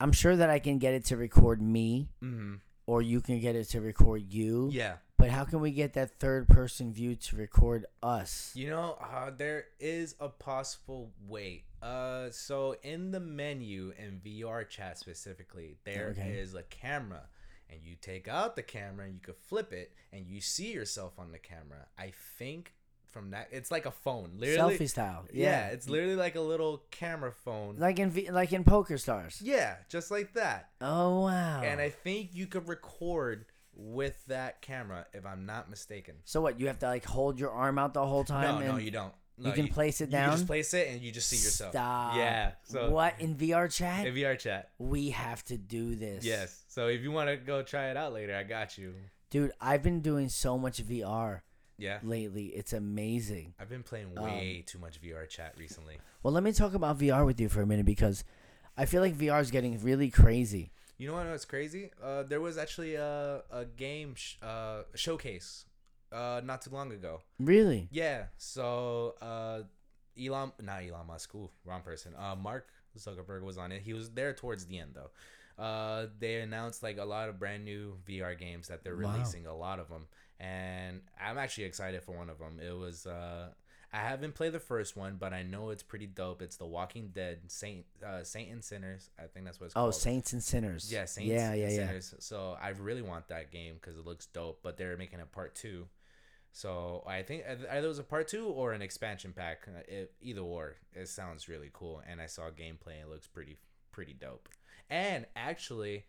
B: I'm sure that I can get it to record me
E: Mm-hmm.
B: or you can get it to record you.
E: Yeah,
B: But how can we get that third person view to record us?
E: you know, uh, there is a possible way. Uh, so in the menu in VR chat specifically, there is
B: Okay.
E: a camera, and you take out the camera and you can flip it, and you see yourself on the camera. I think from that, it's like a phone, literally.
B: Selfie style.
E: Yeah,
B: Yeah.
E: it's literally like a little camera phone.
B: like in V- like in Poker Stars.
E: yeah, just like that.
B: Oh wow.
E: And I think you could record with that camera, if I'm not mistaken.
B: so what, you have to like hold your arm out the whole time
E: No,
B: and
E: no, you don't. No,
B: can place it
E: You just
B: down?
E: place it and you just see yourself.
B: Stop.
E: Yeah. So
B: what in VR chat?
E: in VR chat.
B: we have to do this.
E: Yes. So if you want to go try it out later, I got you.
B: Dude, I've been doing so much VR
E: Yeah.
B: lately. It's amazing.
E: I've been
B: Um,
E: playing way too much VR chat recently.
B: Well, let me talk about VR with you for a minute because I feel like VR is getting really crazy.
E: You know what? It's crazy. Uh, there was actually a a game sh- uh, showcase uh, not too long ago.
B: Really?
E: Yeah. So uh, Elon, not Elon Musk, ooh, wrong person. Uh, Mark Zuckerberg was on it. He was there towards the end though. Uh, they announced like a lot of brand new VR games that they're
B: Wow.
E: releasing. A lot of them, and I'm actually excited for one of them. It was uh, I haven't played the first one, but I know it's pretty dope. It's The Walking Dead Saint uh, Saint and Sinners. I think that's what it's
B: Oh,
E: called.
B: Saints and Sinners.
E: Yeah, Saints
B: yeah, yeah,
E: and
B: yeah.
E: Sinners. So I really want that game because it looks dope. But they're making a part two. So I think either it was a part two or an expansion pack. Uh, It, either or, it sounds really cool. And I saw gameplay. It looks pretty pretty dope. And actually,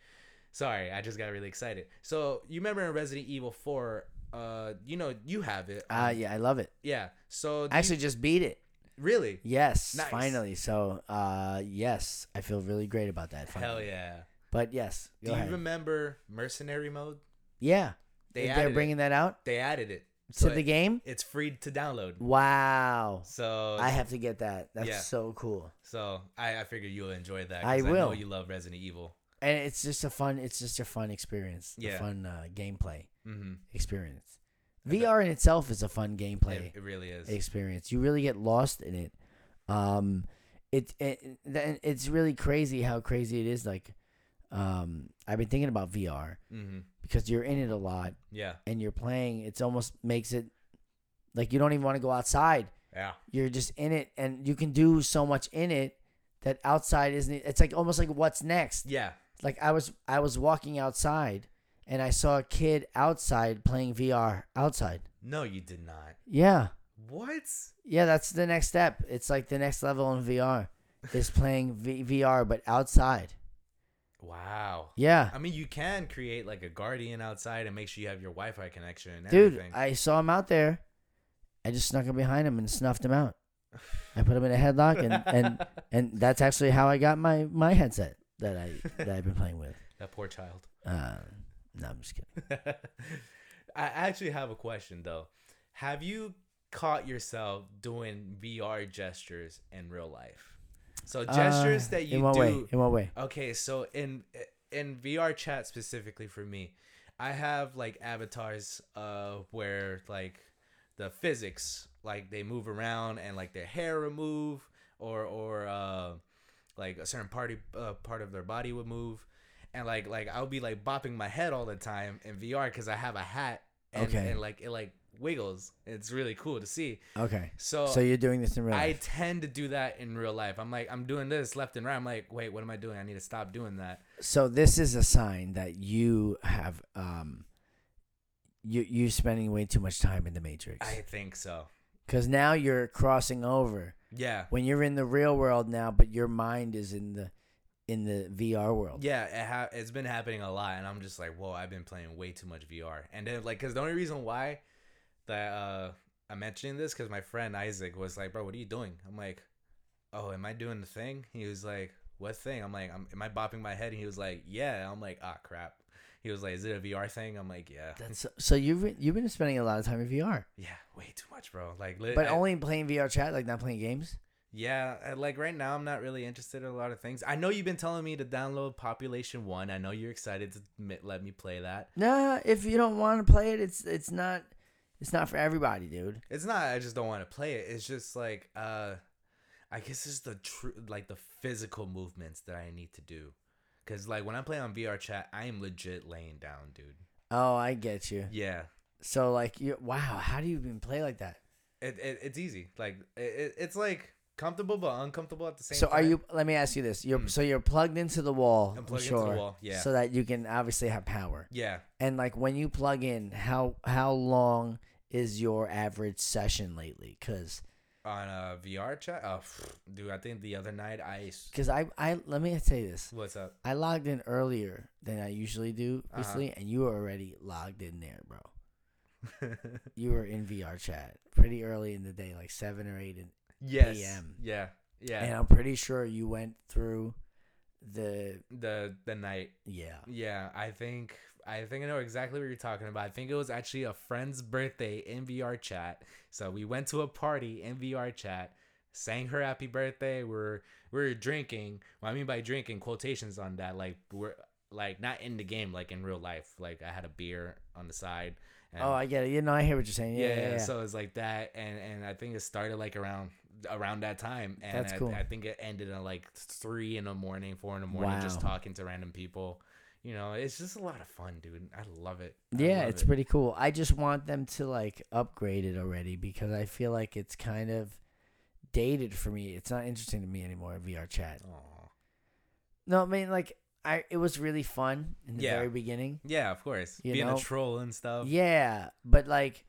E: sorry, I just got really excited. So you remember in Resident Evil Four? Uh, you know you have it.
B: Ah,
E: on-
B: yeah, I love it.
E: yeah. So Um, do
B: I
E: you-
B: actually just beat it.
E: really,
B: Yes,
E: Nice.
B: finally. So, uh, yes, I feel really great about that.
E: hell
B: finally.
E: yeah.
B: But yes, go
E: do you
B: ahead.
E: remember Mercenary Mode?
B: yeah,
E: They
B: they're
E: added
B: bringing
E: it.
B: that out
E: They added it
B: to
E: So
B: the
E: it-
B: game.
E: It's free to download.
B: Wow.
E: So
B: I have to get that. That's
E: Yeah.
B: so cool.
E: so I, I figure you'll enjoy that.
B: I
E: 'cause know
B: will.
E: you love Resident Evil.
B: And it's just a fun. It's just a fun experience. A
E: Yeah.
B: fun uh, gameplay
E: hmm
B: experience. VR in itself is a fun gameplay
E: It, it really is.
B: experience. You really get lost in it. Um, it, it then it's really crazy how crazy it is. Like, um, I've been thinking about VR
E: hmm
B: because you're in it a lot
E: Yeah.
B: and you're playing. It's almost makes it like you don't even want to go outside.
E: Yeah.
B: You're just in it, and you can do so much in it that outside isn't. e, It's like almost like what's next.
E: Yeah.
B: Like I was I was walking outside and I saw a kid outside playing VR outside.
E: No, you did not.
B: Yeah.
E: What?
B: Yeah, that's the next step. It's like the next level in VR is playing v- VR but outside.
E: Wow.
B: Yeah.
E: I mean, you can create like a guardian outside and make sure you have your Wi-Fi connection and
B: Dude,
E: everything.
B: I saw him out there. I just snuck up behind him and snuffed him out. I put him in a headlock and and and that's actually how I got my my headset that I that I've been playing with.
E: that poor child.
B: Uh, no, I'm just kidding.
E: I actually have a question though. Have you caught yourself doing VR gestures in real life? So gestures
B: Uh,
E: that you
B: in what
E: do.
B: way? In what way?
E: Okay, so in in VR chat specifically for me, I have like avatars uh where like the physics like they move around and like their hair would move or or uh like a certain party uh, part of their body would move and like like I'll be like bopping my head all the time in VR cuz I have a hat and,
B: Okay.
E: and like it like wiggles. It's really cool to see.
B: Okay.
E: So
B: So you're doing this in real
E: I
B: life.
E: tend to do that in real life. I'm like, I'm doing this left and right. I'm like, wait, what am I doing? I need to stop doing that.
B: so this is a sign that you have um you you're spending way too much time in the matrix
E: I think so.
B: because now you're crossing over
E: Yeah.
B: when you're in the real world now but your mind is in the in the vr world
E: Yeah, it ha- it's been happening a lot, and I'm just like, whoa, I've been playing way too much VR. And then, like, because the only reason why that uh, I'm mentioning this, because my friend Isaac was like, bro, what are you doing? I'm like, oh, am I doing the thing? He was like, what thing? I'm like, I'm, am I bopping my head? And he was like, yeah. I'm like, ah, crap. He was like, is it a VR thing? I'm like, yeah.
B: That's, so you've been- you've been spending a lot of time in VR,
E: Yeah, way too much, bro. Like, lit-
B: but
E: Uh, I-
B: only playing VR chat, like not playing games.
E: Yeah, I- like right now, I'm not really interested in a lot of things. I know you've been telling me to download Population One. I know you're excited to m- let me play that.
B: Nah, if you don't want to play it, it's it's not it's not for everybody, dude.
E: It's not. I just don't want to play it. It's just like, uh, I guess it's the true, like the physical movements that I need to do. Cause like when I play on VR chat, I am legit laying down, dude.
B: Oh, I get you.
E: Yeah,
B: So like, you wow, how do you even play like that?
E: it, it it's easy. Like it, it, it's like comfortable but uncomfortable at the same.
B: so are
E: time.
B: you let me ask you this you're so you're plugged into the wall
E: I'm
B: I'm
E: plugged into
B: sure,
E: the wall, yeah.
B: so that you can obviously have power
E: Yeah.
B: and like when you plug in how how long is your average session lately because
E: On a VR chat, oh, dude, I think the other night I s-
B: because I, I let me tell you this
E: what's up?
B: i logged in earlier than i usually do recently and you were already logged in there bro you were in vr chat pretty early in the day like 7 or 8 in,
E: Yes.
B: PM.
E: Yeah. Yeah.
B: and i'm pretty sure you went through the
E: the the night.
B: yeah
E: Yeah, I think I think I know exactly what you're talking about. I think it was actually a friend's birthday in VR chat. So we went to a party in VR chat, sang her happy birthday. We're we're drinking. What I mean by drinking quotations on that, like we're like not in the game, like in real life. Like I had a beer on the side. And
B: oh i get it you know i hear what you're saying yeah,
E: yeah,
B: yeah, yeah.
E: so it's like that and and i think it started like around around that time and
B: That's
E: I,
B: cool.
E: I think it ended at like three in the morning four in the morning just
B: Wow.
E: talking to random people you know it's just a lot of fun dude i love it I
B: Yeah,
E: love
B: it's
E: it.
B: pretty cool. I just want them to like upgrade it already because I feel like it's kind of dated for me. It's not interesting to me anymore. VR chat.
E: Aw.
B: No, I mean like I. It was really fun in the
E: Yeah.
B: very beginning.
E: yeah of course
B: You
E: being
B: know?
E: a troll and stuff
B: Yeah, but like,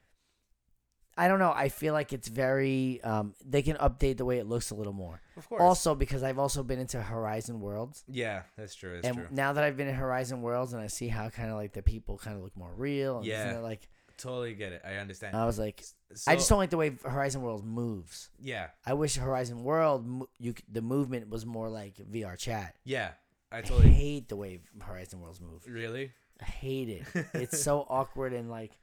B: I don't know. I feel like it's very. Um, they can update the way it looks a little more.
E: of course
B: Also, because I've also been into Horizon Worlds,
E: yeah that's true that's
B: and
E: true
B: now that I've been in Horizon Worlds, and I see how kind of like the people kind of look more real. And yeah.
E: Yeah.
B: like
E: totally get it i understand
B: I was like,
E: so,
B: Um, I just don't like the way Horizon World moves.
E: yeah
B: I wish Horizon World, mo- you c- the movement was more like VR chat.
E: yeah i
B: I,
E: totally
B: hate the way Horizon Worlds move.
E: really
B: hate it. It's so awkward and like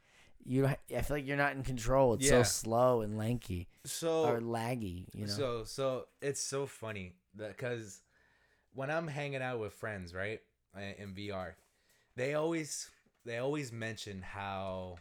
B: you. I feel like you're not in control. It's so
E: Yeah.
B: slow and lanky
E: So
B: or laggy. You know.
E: So so it's so funny because when I'm hanging out with friends, right, i- in VR, they always they always mention how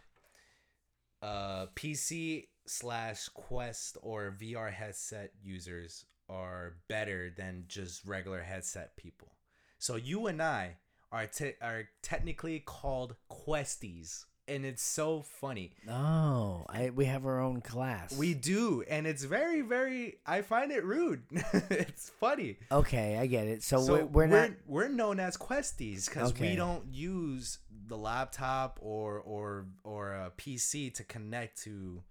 E: uh PC slash Quest or VR headset users are better than just regular headset people. So you and I are te- are technically called Questies, and it's so funny.
B: no, I we have our own class.
E: We do, and it's very, very. I find it rude. it's funny.
B: okay. I get it. So,
E: So
B: we're, we're not.
E: we're known as Questies because
B: Okay.
E: we don't use the laptop or or or a PC to connect to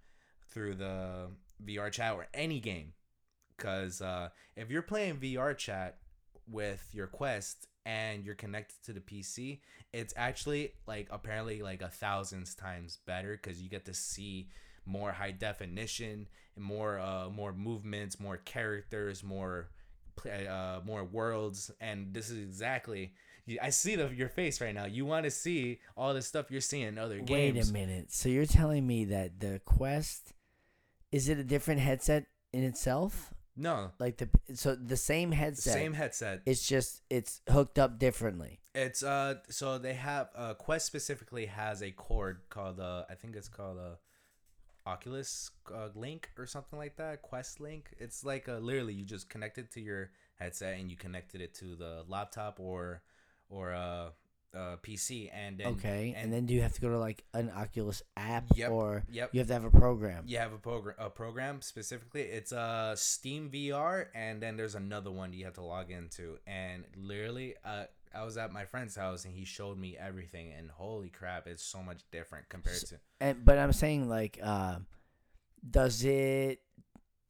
E: through the VR chat or any game. Because uh, if you're playing VR chat with your Quest and you're connected to the PC, it's actually like apparently like a thousands times better because you get to see more high definition, more uh, more movements, more characters, more play, uh, more worlds, and this is exactly. you- I see the, your face right now. You want to see all the stuff you're seeing in other
B: Wait
E: games.
B: a minute. So you're telling me that the Quest is it a different headset in itself?
E: No,
B: Like the so the same headset.
E: same headset.
B: It's just it's hooked up differently.
E: It's uh so they have uh Quest specifically has a cord called uh I think it's called uh Oculus uh, Link or something like that Quest Link. It's like uh, literally you just connect it to your headset and you connected it to the laptop or or uh, uh PC and then,
B: okay. And, then do you have to go to like an Oculus app
E: Yep,
B: or
E: yep.
B: you have to have a program?
E: you have a program a program specifically it's uh steam vr and then there's another one you have to log into and literally uh i was at my friend's house and he showed me everything and holy crap it's so much different compared to
B: And but I'm saying like uh, does it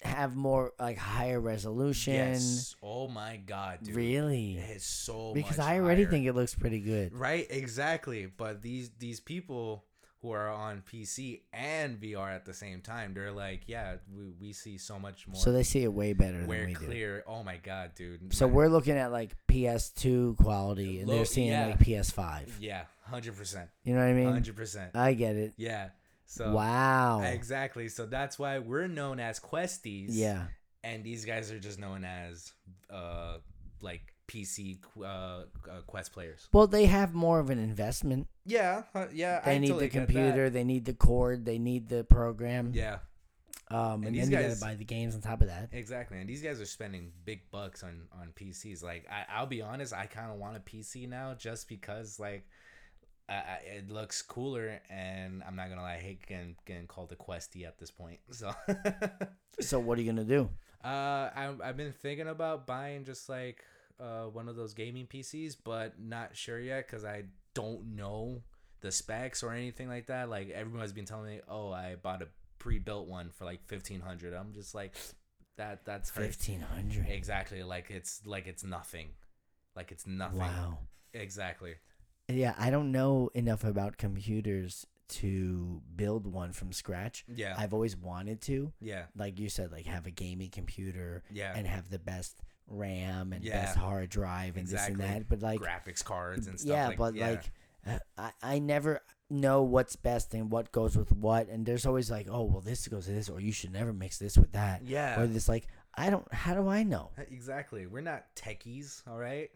B: have more like higher resolution?
E: yes oh my god dude
B: really?
E: it's so
B: because
E: much
B: I already
E: higher.
B: think it looks pretty good.
E: right exactly but these these people who are on pc and vr at the same time they're like yeah we, we see so much more
B: So they see it way better than
E: we're
B: we do.
E: clear oh my god dude
B: So
E: My-
B: we're looking at like PS2 quality, and
E: Low-
B: they're seeing
E: yeah.
B: like PS5.
E: Yeah, hundred percent,
B: You know what I mean?
E: hundred percent.
B: I get it.
E: Yeah. So
B: wow.
E: Exactly. So that's why we're known as Questies.
B: Yeah.
E: And these guys are just known as, uh, like PC uh, uh Quest players.
B: Well, they have more of an investment.
E: Yeah. huh, Yeah.
B: They
E: I
B: need
E: totally
B: the
E: get that.
B: computer. They need the cord. They need the program.
E: Yeah.
B: Um, and,
E: And
B: then
E: these
B: you gotta
E: guys-
B: buy the games on top of that.
E: Exactly. And these guys are spending big bucks on on PCs. Like I, I'll be honest, I kind of want a PC now just because like. I, I, it looks cooler, and I'm not gonna lie. I hate getting, getting called a questy at this point. So
B: So what are you gonna do?
E: Uh, I, I've been thinking about buying just like uh, one of those gaming PCs, but not sure yet because I don't know the specs or anything like that. Like everyone's been telling me, oh, I bought a pre-built one for like fifteen hundred. I'm just like, that that's hurt.
B: Fifteen hundred.
E: Exactly, like it's like it's nothing, like it's nothing.
B: Wow.
E: Exactly.
B: Yeah, I don't know enough about computers to build one from scratch.
E: Yeah.
B: I've always wanted to.
E: yeah.
B: Like you said, like have a gaming computer
E: Yeah.
B: and have the best RAM and
E: Yeah.
B: best hard drive and
E: Exactly.
B: this and that. But like
E: graphics cards and stuff.
B: yeah,
E: like,
B: but
E: yeah.
B: like uh, I, I never know what's best and what goes with what and there's always like, oh well this goes with this or you should never mix this with that.
E: Yeah.
B: Or this like I don't how do I know?
E: exactly. We're not techies, all right?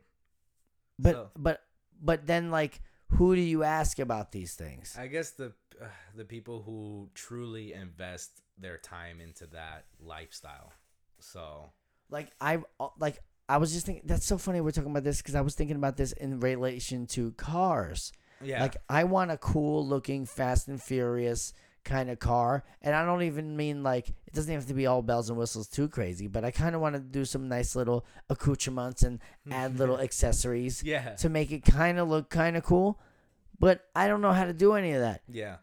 B: But
E: So-
B: but but then like who do you ask about these things?
E: I guess the uh, the people who truly invest their time into that lifestyle. So
B: like I uh, like I was just thinking that's so funny we're talking about this because I was thinking about this in relation to cars.
E: yeah,
B: Like I want a cool looking Fast and Furious kind of car, and I don't even mean like it doesn't have to be all bells and whistles too crazy, but I kind of want to do some nice little accoutrements and add little accessories
E: yeah,
B: to make it kind of look kind of cool. But I don't know how to do any of that.
E: yeah,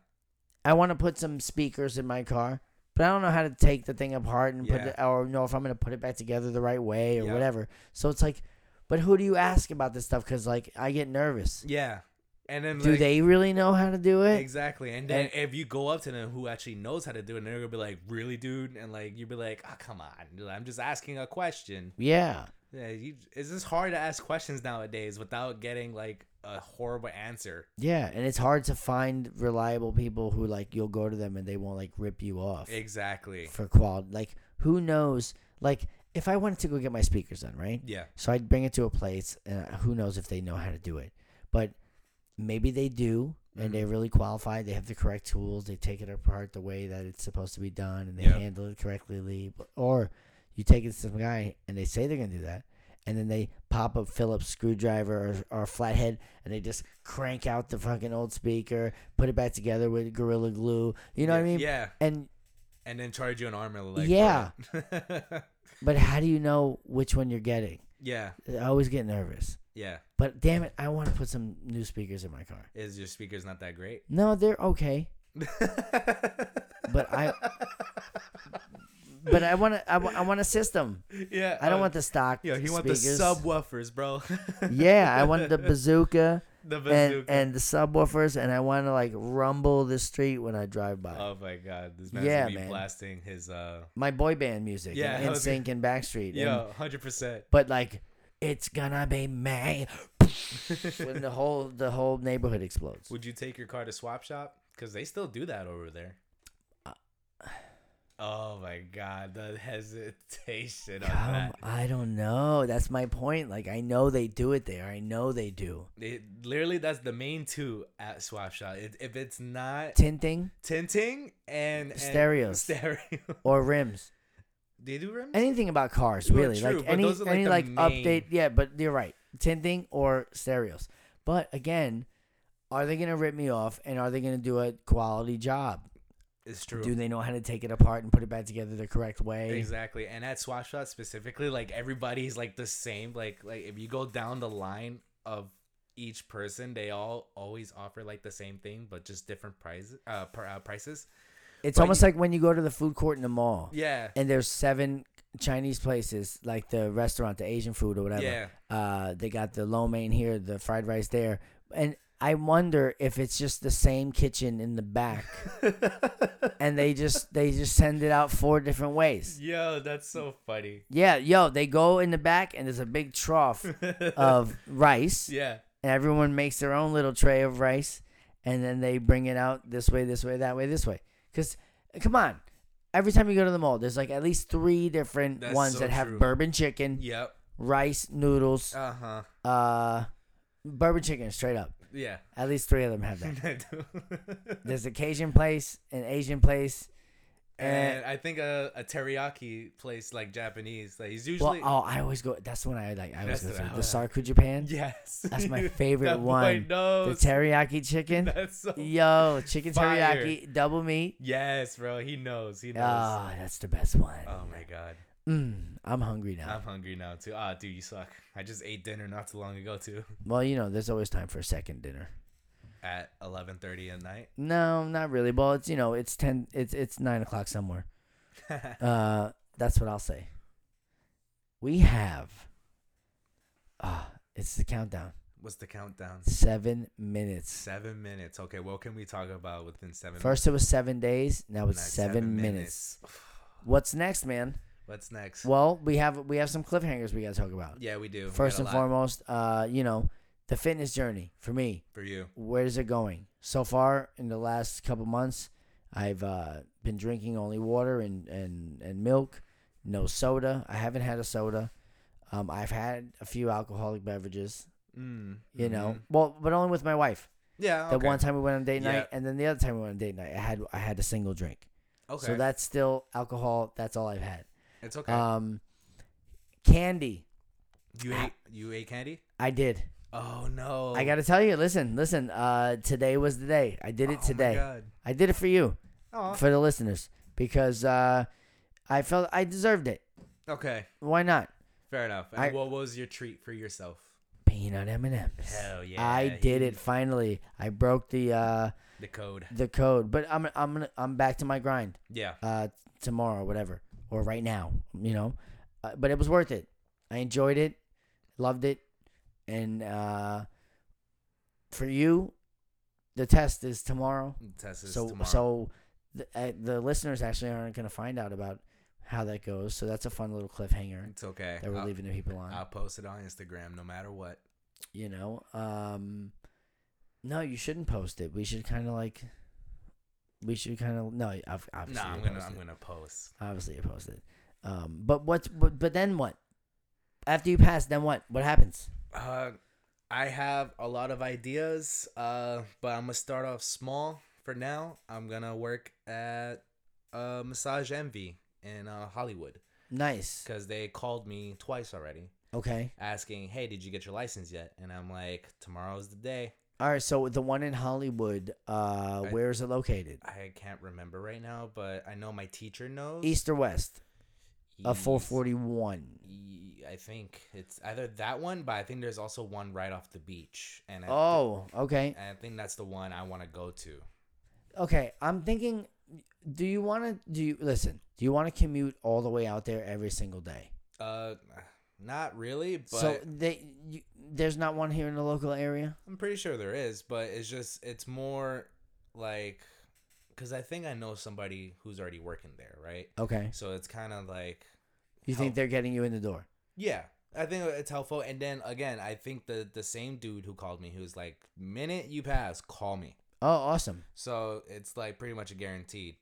B: I want to put some speakers in my car, but I don't know how to take the thing apart and put
E: Yeah.
B: it, or know if I'm going to put it back together the right way or
E: Yeah.
B: whatever. So it's like, but who do you ask about this stuff? Because like I get nervous.
E: yeah. And then
B: Do
E: like,
B: they really know how to do it?
E: exactly? And then if you go up to them who actually knows how to do it, and they're gonna be like, "Really, dude?" And like you'd be like, "Ah, come on, dude, I'm just asking a question."
B: Yeah.
E: Yeah, you, it's just hard to ask questions nowadays without getting like a horrible answer.
B: Yeah, and it's hard to find reliable people who like you'll go to them and they won't like rip you off
E: Exactly.
B: for quality. Like who knows? Like if I wanted to go get my speakers done, right?
E: Yeah.
B: So I'd bring it to a place, and who knows if they know how to do it. But maybe they do, and
E: Mm-hmm.
B: they're really qualified. They have the correct tools. They take it apart the way that it's supposed to be done, and they
E: Yeah.
B: handle it correctly. But- Or you take it to some guy, and they say they're going to do that, and then they pop a Phillips screwdriver or, or a flathead, and they just crank out the fucking old speaker, put it back together with Gorilla Glue. You know what I mean?
E: Yeah,
B: And
E: and then charge you an arm and a leg. for
B: Yeah.
E: it.
B: but how do you know which one you're getting?
E: yeah.
B: I always get nervous.
E: Yeah.
B: But damn it, I want to put some new speakers in my car.
E: Is your speaker's not that great?
B: No, they're okay. but I But I want to I, wa- I want a system.
E: Yeah.
B: I don't
E: uh,
B: want the stock
E: Yo, he wants the
B: speakers.
E: subwoofers, bro.
B: Yeah, I want the bazooka,
E: the
B: and
E: bazooka.
B: and the subwoofers and I want to like rumble the street when I drive by.
E: oh my god, this man's
B: Yeah,
E: gonna be
B: man.
E: blasting his uh.
B: my boy band music,
E: Yeah,
B: yeah,
E: I
B: and
E: was gonna-
B: NSYNC and Backstreet. and-
E: Yo, hundred percent.
B: but like it's gonna be me when the whole the whole neighborhood explodes.
E: Would you take your car to swap shop? Because they still do that over there.
B: Uh,
E: Oh my god, the hesitation on
B: Um,
E: that.
B: I don't know. That's my point. Like I know they do it there. I know they do.
E: They literally that's the main two at swap shop. It, if it's not
B: Tinting
E: tinting and, and
B: Stereos.
E: stereo,
B: or rims.
E: they do rims.
B: Anything about cars,
E: Well,
B: really.
E: true,
B: like
E: but
B: any
E: those are, like,
B: any
E: the
B: like
E: main-
B: update. Yeah, but you're right. Tinting or stereos. But again, are they gonna rip me off and are they gonna do a quality job?
E: it's true.
B: Do they know how to take it apart and put it back together the correct way?
E: Exactly. And at Swap Shop specifically, like everybody's like the same. Like like if you go down the line of each person, they all always offer like the same thing, but just different prices. Uh, pr- uh prices.
B: It's
E: But
B: almost
E: you-
B: like when you go to the food court in the mall.
E: Yeah.
B: and there's seven Chinese places, like the restaurant, the Asian food or whatever.
E: Yeah.
B: Uh, they got the lo mein here, the fried rice there, and I wonder if it's just the same kitchen in the back, and they just they just send it out four different ways.
E: Yo, that's so funny.
B: Yeah, yo, they go in the back and there's a big trough of rice,
E: Yeah.
B: and everyone makes their own little tray of rice, and then they bring it out this way, this way, that way, this way. Because, come on, every time you go to the mall, there's like at least three different
E: That's
B: ones
E: so
B: that have
E: true.
B: bourbon chicken,
E: Yep.
B: rice, noodles,
E: Uh huh.
B: uh, bourbon chicken straight up.
E: Yeah.
B: At least three of them have that. There's a Cajun place, an Asian place.
E: and I think a, a teriyaki place like Japanese. Like he's
B: Well,
E: usually
B: oh, I always go. That's when I like. I always
E: That's
B: go
E: the-
B: to
E: oh,
B: the Sarku Japan.
E: yes.
B: That's my favorite
E: That boy
B: one. The
E: knows.
B: teriyaki chicken.
E: That's so
B: Yo, chicken
E: fire.
B: teriyaki, double meat.
E: Yes, bro. He knows. He knows.
B: Ah, that's the best one.
E: oh my god.
B: Mm, I'm hungry now.
E: I'm hungry now too. Ah, dude, you suck. I just ate dinner not too long ago too.
B: well, you know, there's always time for a second dinner.
E: At 11:30 at night.
B: No, not really. Well, it's you know, it's ten, it's it's nine o'clock somewhere. uh, that's what I'll say. We have. Ah, it's the countdown.
E: What's the countdown?
B: Seven minutes.
E: Seven minutes. Okay, what can we talk about within seven?
B: First, it was seven days. Now it's
E: minutes?
B: seven, minutes. What's next, man?
E: What's next?
B: Well, we have we have some cliffhangers we gotta talk about.
E: yeah, we do. We
B: First
E: got a
B: and
E: lot
B: foremost, uh, you know, the fitness journey for me.
E: for you.
B: where is it going? So far, in the last couple months, I've uh, been drinking only water and, and, and milk, no soda. I haven't had a soda. Um, I've had a few alcoholic beverages,
E: Mm,
B: you know.
E: mhm.
B: Well, but only with my wife.
E: Yeah.
B: The
E: okay.
B: one time we went on date night,
E: Yeah.
B: and then the other time we went on date night, I had I had a single drink.
E: Okay.
B: So that's still alcohol. That's all I've had.
E: it's okay.
B: Um, candy,
E: you ate. You ate candy.
B: I did.
E: Oh no.
B: I gotta tell you, listen, listen. Uh, today was the day. I did it today. I did it for you.
E: Oh.
B: for the listeners because uh, I felt I deserved it.
E: Okay.
B: Why not?
E: Fair enough. And
B: I-
E: what was your treat for yourself?
B: Peanut M and M's.
E: Hell
B: I
E: yeah,
B: did
E: he-
B: it finally. I broke the uh,
E: The code.
B: the code, but I'm I'm gonna- I'm back to my grind
E: Yeah.
B: uh, tomorrow, whatever, or right now, you know. Uh, but it was worth it. I enjoyed it, loved it, and uh, for you, the test is tomorrow.
E: Test is
B: so eh,
E: tomorrow.
B: so the, uh, the listeners actually aren't going to find out about how that goes. So that's a fun little cliffhanger
E: It's okay.
B: that we're
E: I'll,
B: leaving the people on.
E: I'll post it on Instagram no matter what.
B: you know, um, no, you shouldn't post it. We should kind of like, we should kind of no. I've obviously
E: No, I'm
B: you
E: gonna
B: post
E: I'm
B: it.
E: gonna post.
B: obviously you post it. Um, but what's but, but then what? After you pass, then what? What happens?
E: Uh, I have a lot of ideas. Uh, but I'm gonna start off small for now. I'm gonna work at uh Massage Envy in uh, Hollywood
B: Nice.
E: because they called me twice already
B: Okay.
E: asking, "Hey, did you get your license yet?" And I'm like, "Tomorrow's the day."
B: All right. So the one in Hollywood, uh,
E: I-
B: where is it located?
E: I can't remember right now, but I know my teacher knows.
B: East or west of
E: He's-
B: 441.
E: Ye- I think it's either that one, but I think there's also one right off the beach. And I thi-
B: Oh, okay.
E: and I think that's the one I want to go to.
B: Okay. I'm thinking. Do you want to do you listen? Do you want to commute all the way out there every single day?
E: Uh, not really, but
B: so they you, there's not one here in the local area.
E: I'm pretty sure there is. But it's just it's more like because I think I know somebody who's already working there, right?
B: Okay.
E: So it's kind of like
B: You think
E: How-
B: they're getting you in the door?
E: Yeah, I think it's helpful. And then again, I think the the same dude who called me, who was like, "Minute you pass, call me."
B: Oh, awesome.
E: So it's like pretty much a guaranteed.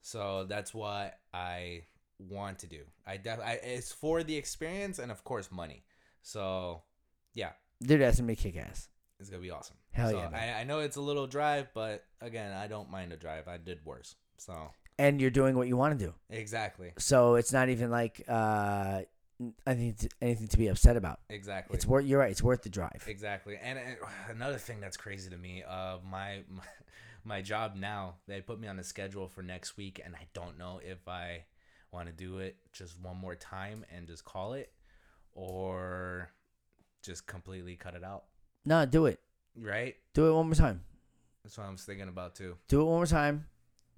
E: So that's what I want to do. I, def- I it's for the experience and of course money. So yeah,
B: Dude, that's gonna be kick ass.
E: it's gonna be awesome.
B: Hell
E: so
B: yeah, man.
E: I, I know it's a little drive, but again, I don't mind a drive. I did worse. So
B: And you're doing what you want to do.
E: exactly,
B: So it's not even like uh anything to, anything to be upset about.
E: exactly.
B: It's worth you're right, it's worth the drive.
E: Exactly, and, and another thing that's crazy to me, uh, my, my my job now, they put me on a schedule for next week, and I don't know if I want to do it just one more time and just call it, or just completely cut it out.
B: No, do it.
E: Right,
B: Do it one more time.
E: that's what I was thinking about too.
B: Do it one more time.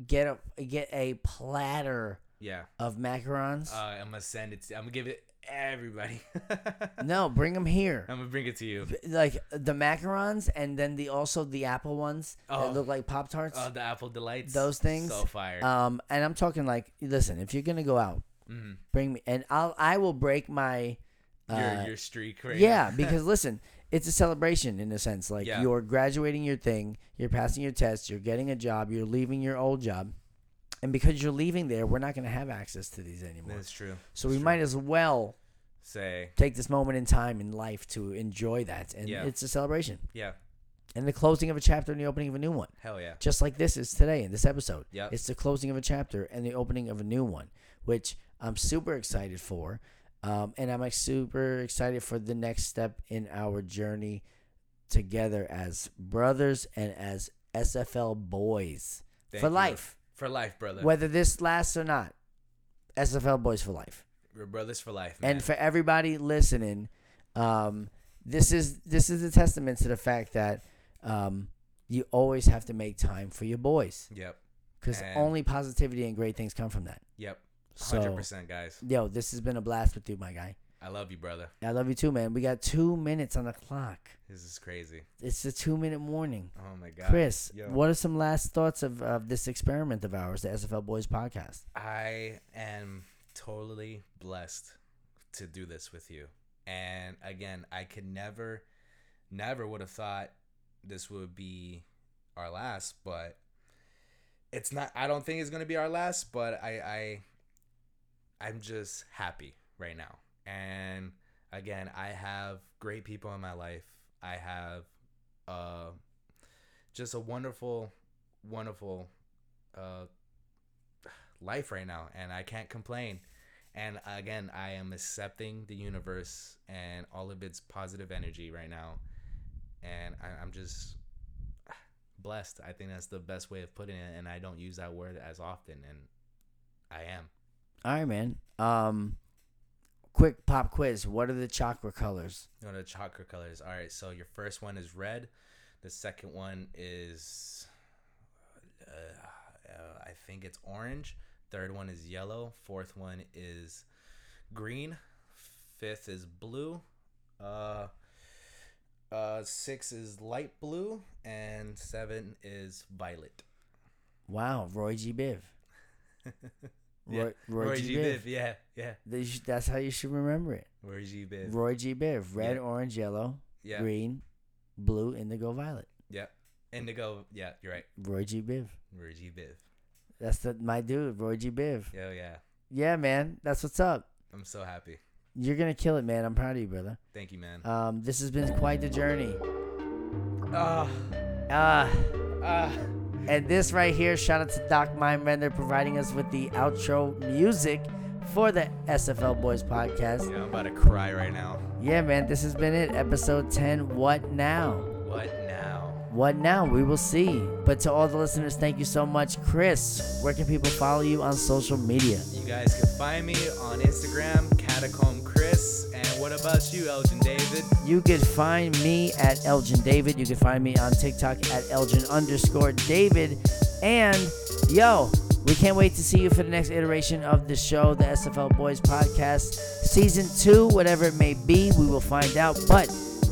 B: Get a get a platter
E: Yeah,
B: of macarons.
E: uh, I'm gonna send it. To, I'm gonna give it everybody. I'm
B: no, bring them here.
E: gonna bring it to you.
B: Like the macarons and then the also the apple ones
E: Oh.
B: that look like pop tarts.
E: Oh, the apple delights.
B: Those things,
E: So fire.
B: Um, and I'm talking like, listen, if you're gonna go out,
E: Mhm.
B: bring me, and I'll I will break my, uh,
E: your your streak. Right
B: yeah,
E: now.
B: because listen, it's a celebration in a sense. Like
E: Yeah.
B: you're graduating your thing, you're passing your test, you're getting a job, you're leaving your old job, and because you're leaving there, we're not gonna have access to these anymore.
E: that's true.
B: so we might as well
E: Say
B: take this moment in time in life to enjoy that, and
E: Yeah.
B: it's a celebration
E: yeah.
B: and the closing of a chapter and the opening of a new one
E: Hell yeah.
B: just like this is today in this episode.
E: Yep.
B: It's the closing of a chapter and the opening of a new one, which I'm super excited for. Um, and I'm like, super excited for the next step in our journey together as brothers and as SFL boys
E: Thank
B: for
E: you.
B: life.
E: For life, brother.
B: Whether this lasts or not, SFL boys for life.
E: We're brothers for life, man.
B: And for everybody listening, um, this is this is a testament to the fact that um, you always have to make time for your boys
E: yep,
B: because
E: And-
B: only positivity and great things come from that.
E: yep,
B: So-
E: hundred percent, guys.
B: Yo, this has been a blast with you, my guy.
E: I love you, brother.
B: I love you too, man. We got two minutes on the clock.
E: This is crazy.
B: It's a two-minute warning.
E: Oh my god,
B: Chris,
E: Yo.
B: what are some last thoughts of, of this experiment of ours, the SFL Boys podcast?
E: I am totally blessed to do this with you. And again, I could never, never would have thought this would be our last, but it's not. I don't think it's gonna be our last, but I, I, I'm just happy right now. And again, I have great people in my life. I have, uh, just a wonderful, wonderful, uh, life right now and I can't complain. And again, I am accepting the universe and all of its positive energy right now. And I, I'm just blessed. I think that's the best way of putting it. And I don't use that word as often. And I am.
B: All right, man. Um, quick pop quiz. What are the chakra colors?
E: You know, the chakra colors. All right. So your first one is red. The second one is, uh, uh, I think it's orange. Third one is yellow. Fourth one is green. Fifth is blue. Uh, uh, six is light blue. And seven is violet.
B: Wow, Roy G. Biv.
E: Yeah.
B: Roy, Roy,
E: Roy,
B: G.
E: G.
B: Biv.
E: Biv. Yeah, yeah.
B: They sh- That's how you should remember it.
E: Roy G. Biv.
B: Roy G. Biv. Red,
E: Yeah.
B: orange, yellow,
E: yeah.
B: green, blue, indigo, violet.
E: Yeah. Indigo. Yeah, you're right.
B: Roy G. Biv.
E: Roy G. Biv.
B: That's the, my dude, Roy G. Biv.
E: Yeah, Oh, yeah.
B: Yeah, man. That's what's up.
E: I'm so happy.
B: You're going to kill it, man. I'm proud of you, brother.
E: Thank you, man.
B: Um, this has been quite the journey.
E: Ah,
B: Uh,
E: ah.
B: and this right here, shout out to Doc Mind Render providing us with the outro music for the SFL Boys podcast.
E: Yeah, I'm about to cry right now.
B: Yeah, man, this has been it. Episode 10. What now?
E: What now?
B: What now? We will see. But to all the listeners, thank you so much. Chris, where can people follow you on social media?
E: You guys can find me on Instagram, Catacomb Chris. And what about you, Elgin David?
B: You can find me at Elgin David. You can find me on TikTok at Elgin underscore David. And yo, we can't wait to see you for the next iteration of the show, the SFL Boys Podcast, Season 2, whatever it may be. We will find out. But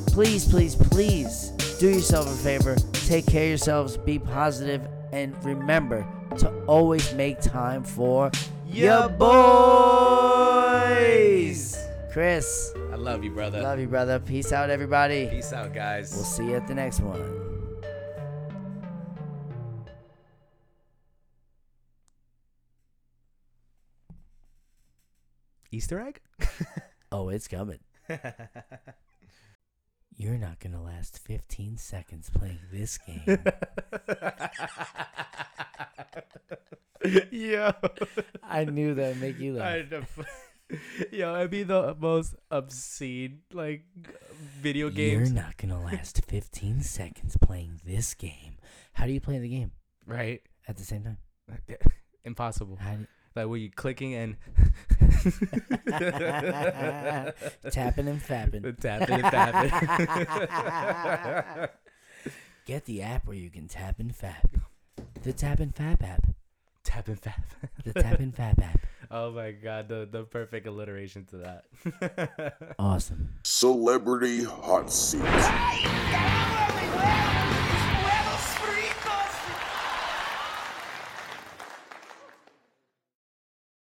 B: please, please, please do yourself a favor. Take care of yourselves. Be positive, And remember to always make time for your boys. Chris,
E: I love you, brother.
B: love you, brother. Peace out, everybody.
E: Peace out, guys.
B: We'll see you at the next one.
E: Easter egg?
B: Oh, it's coming. You're not going to last 15 seconds playing this game.
E: Yo.
B: I knew that would make you laugh.
E: I'd- Yo, it'd be the most obscene like video games.
B: You're not going to last 15 seconds playing this game. How do you play the game
E: right?
B: at the same time?
E: Impossible.
B: How do
E: Like were you clicking and
B: Tapping and fapping.
E: tapping and tapping.
B: Get the app where you can tap and fap. The Tap and Fap app.
E: Tap and fap.
B: The Tap and Fap app.
E: Oh my god, the the perfect alliteration to that.
B: Awesome.
D: Celebrity Hot Seat.
F: Hey, they're all over the world.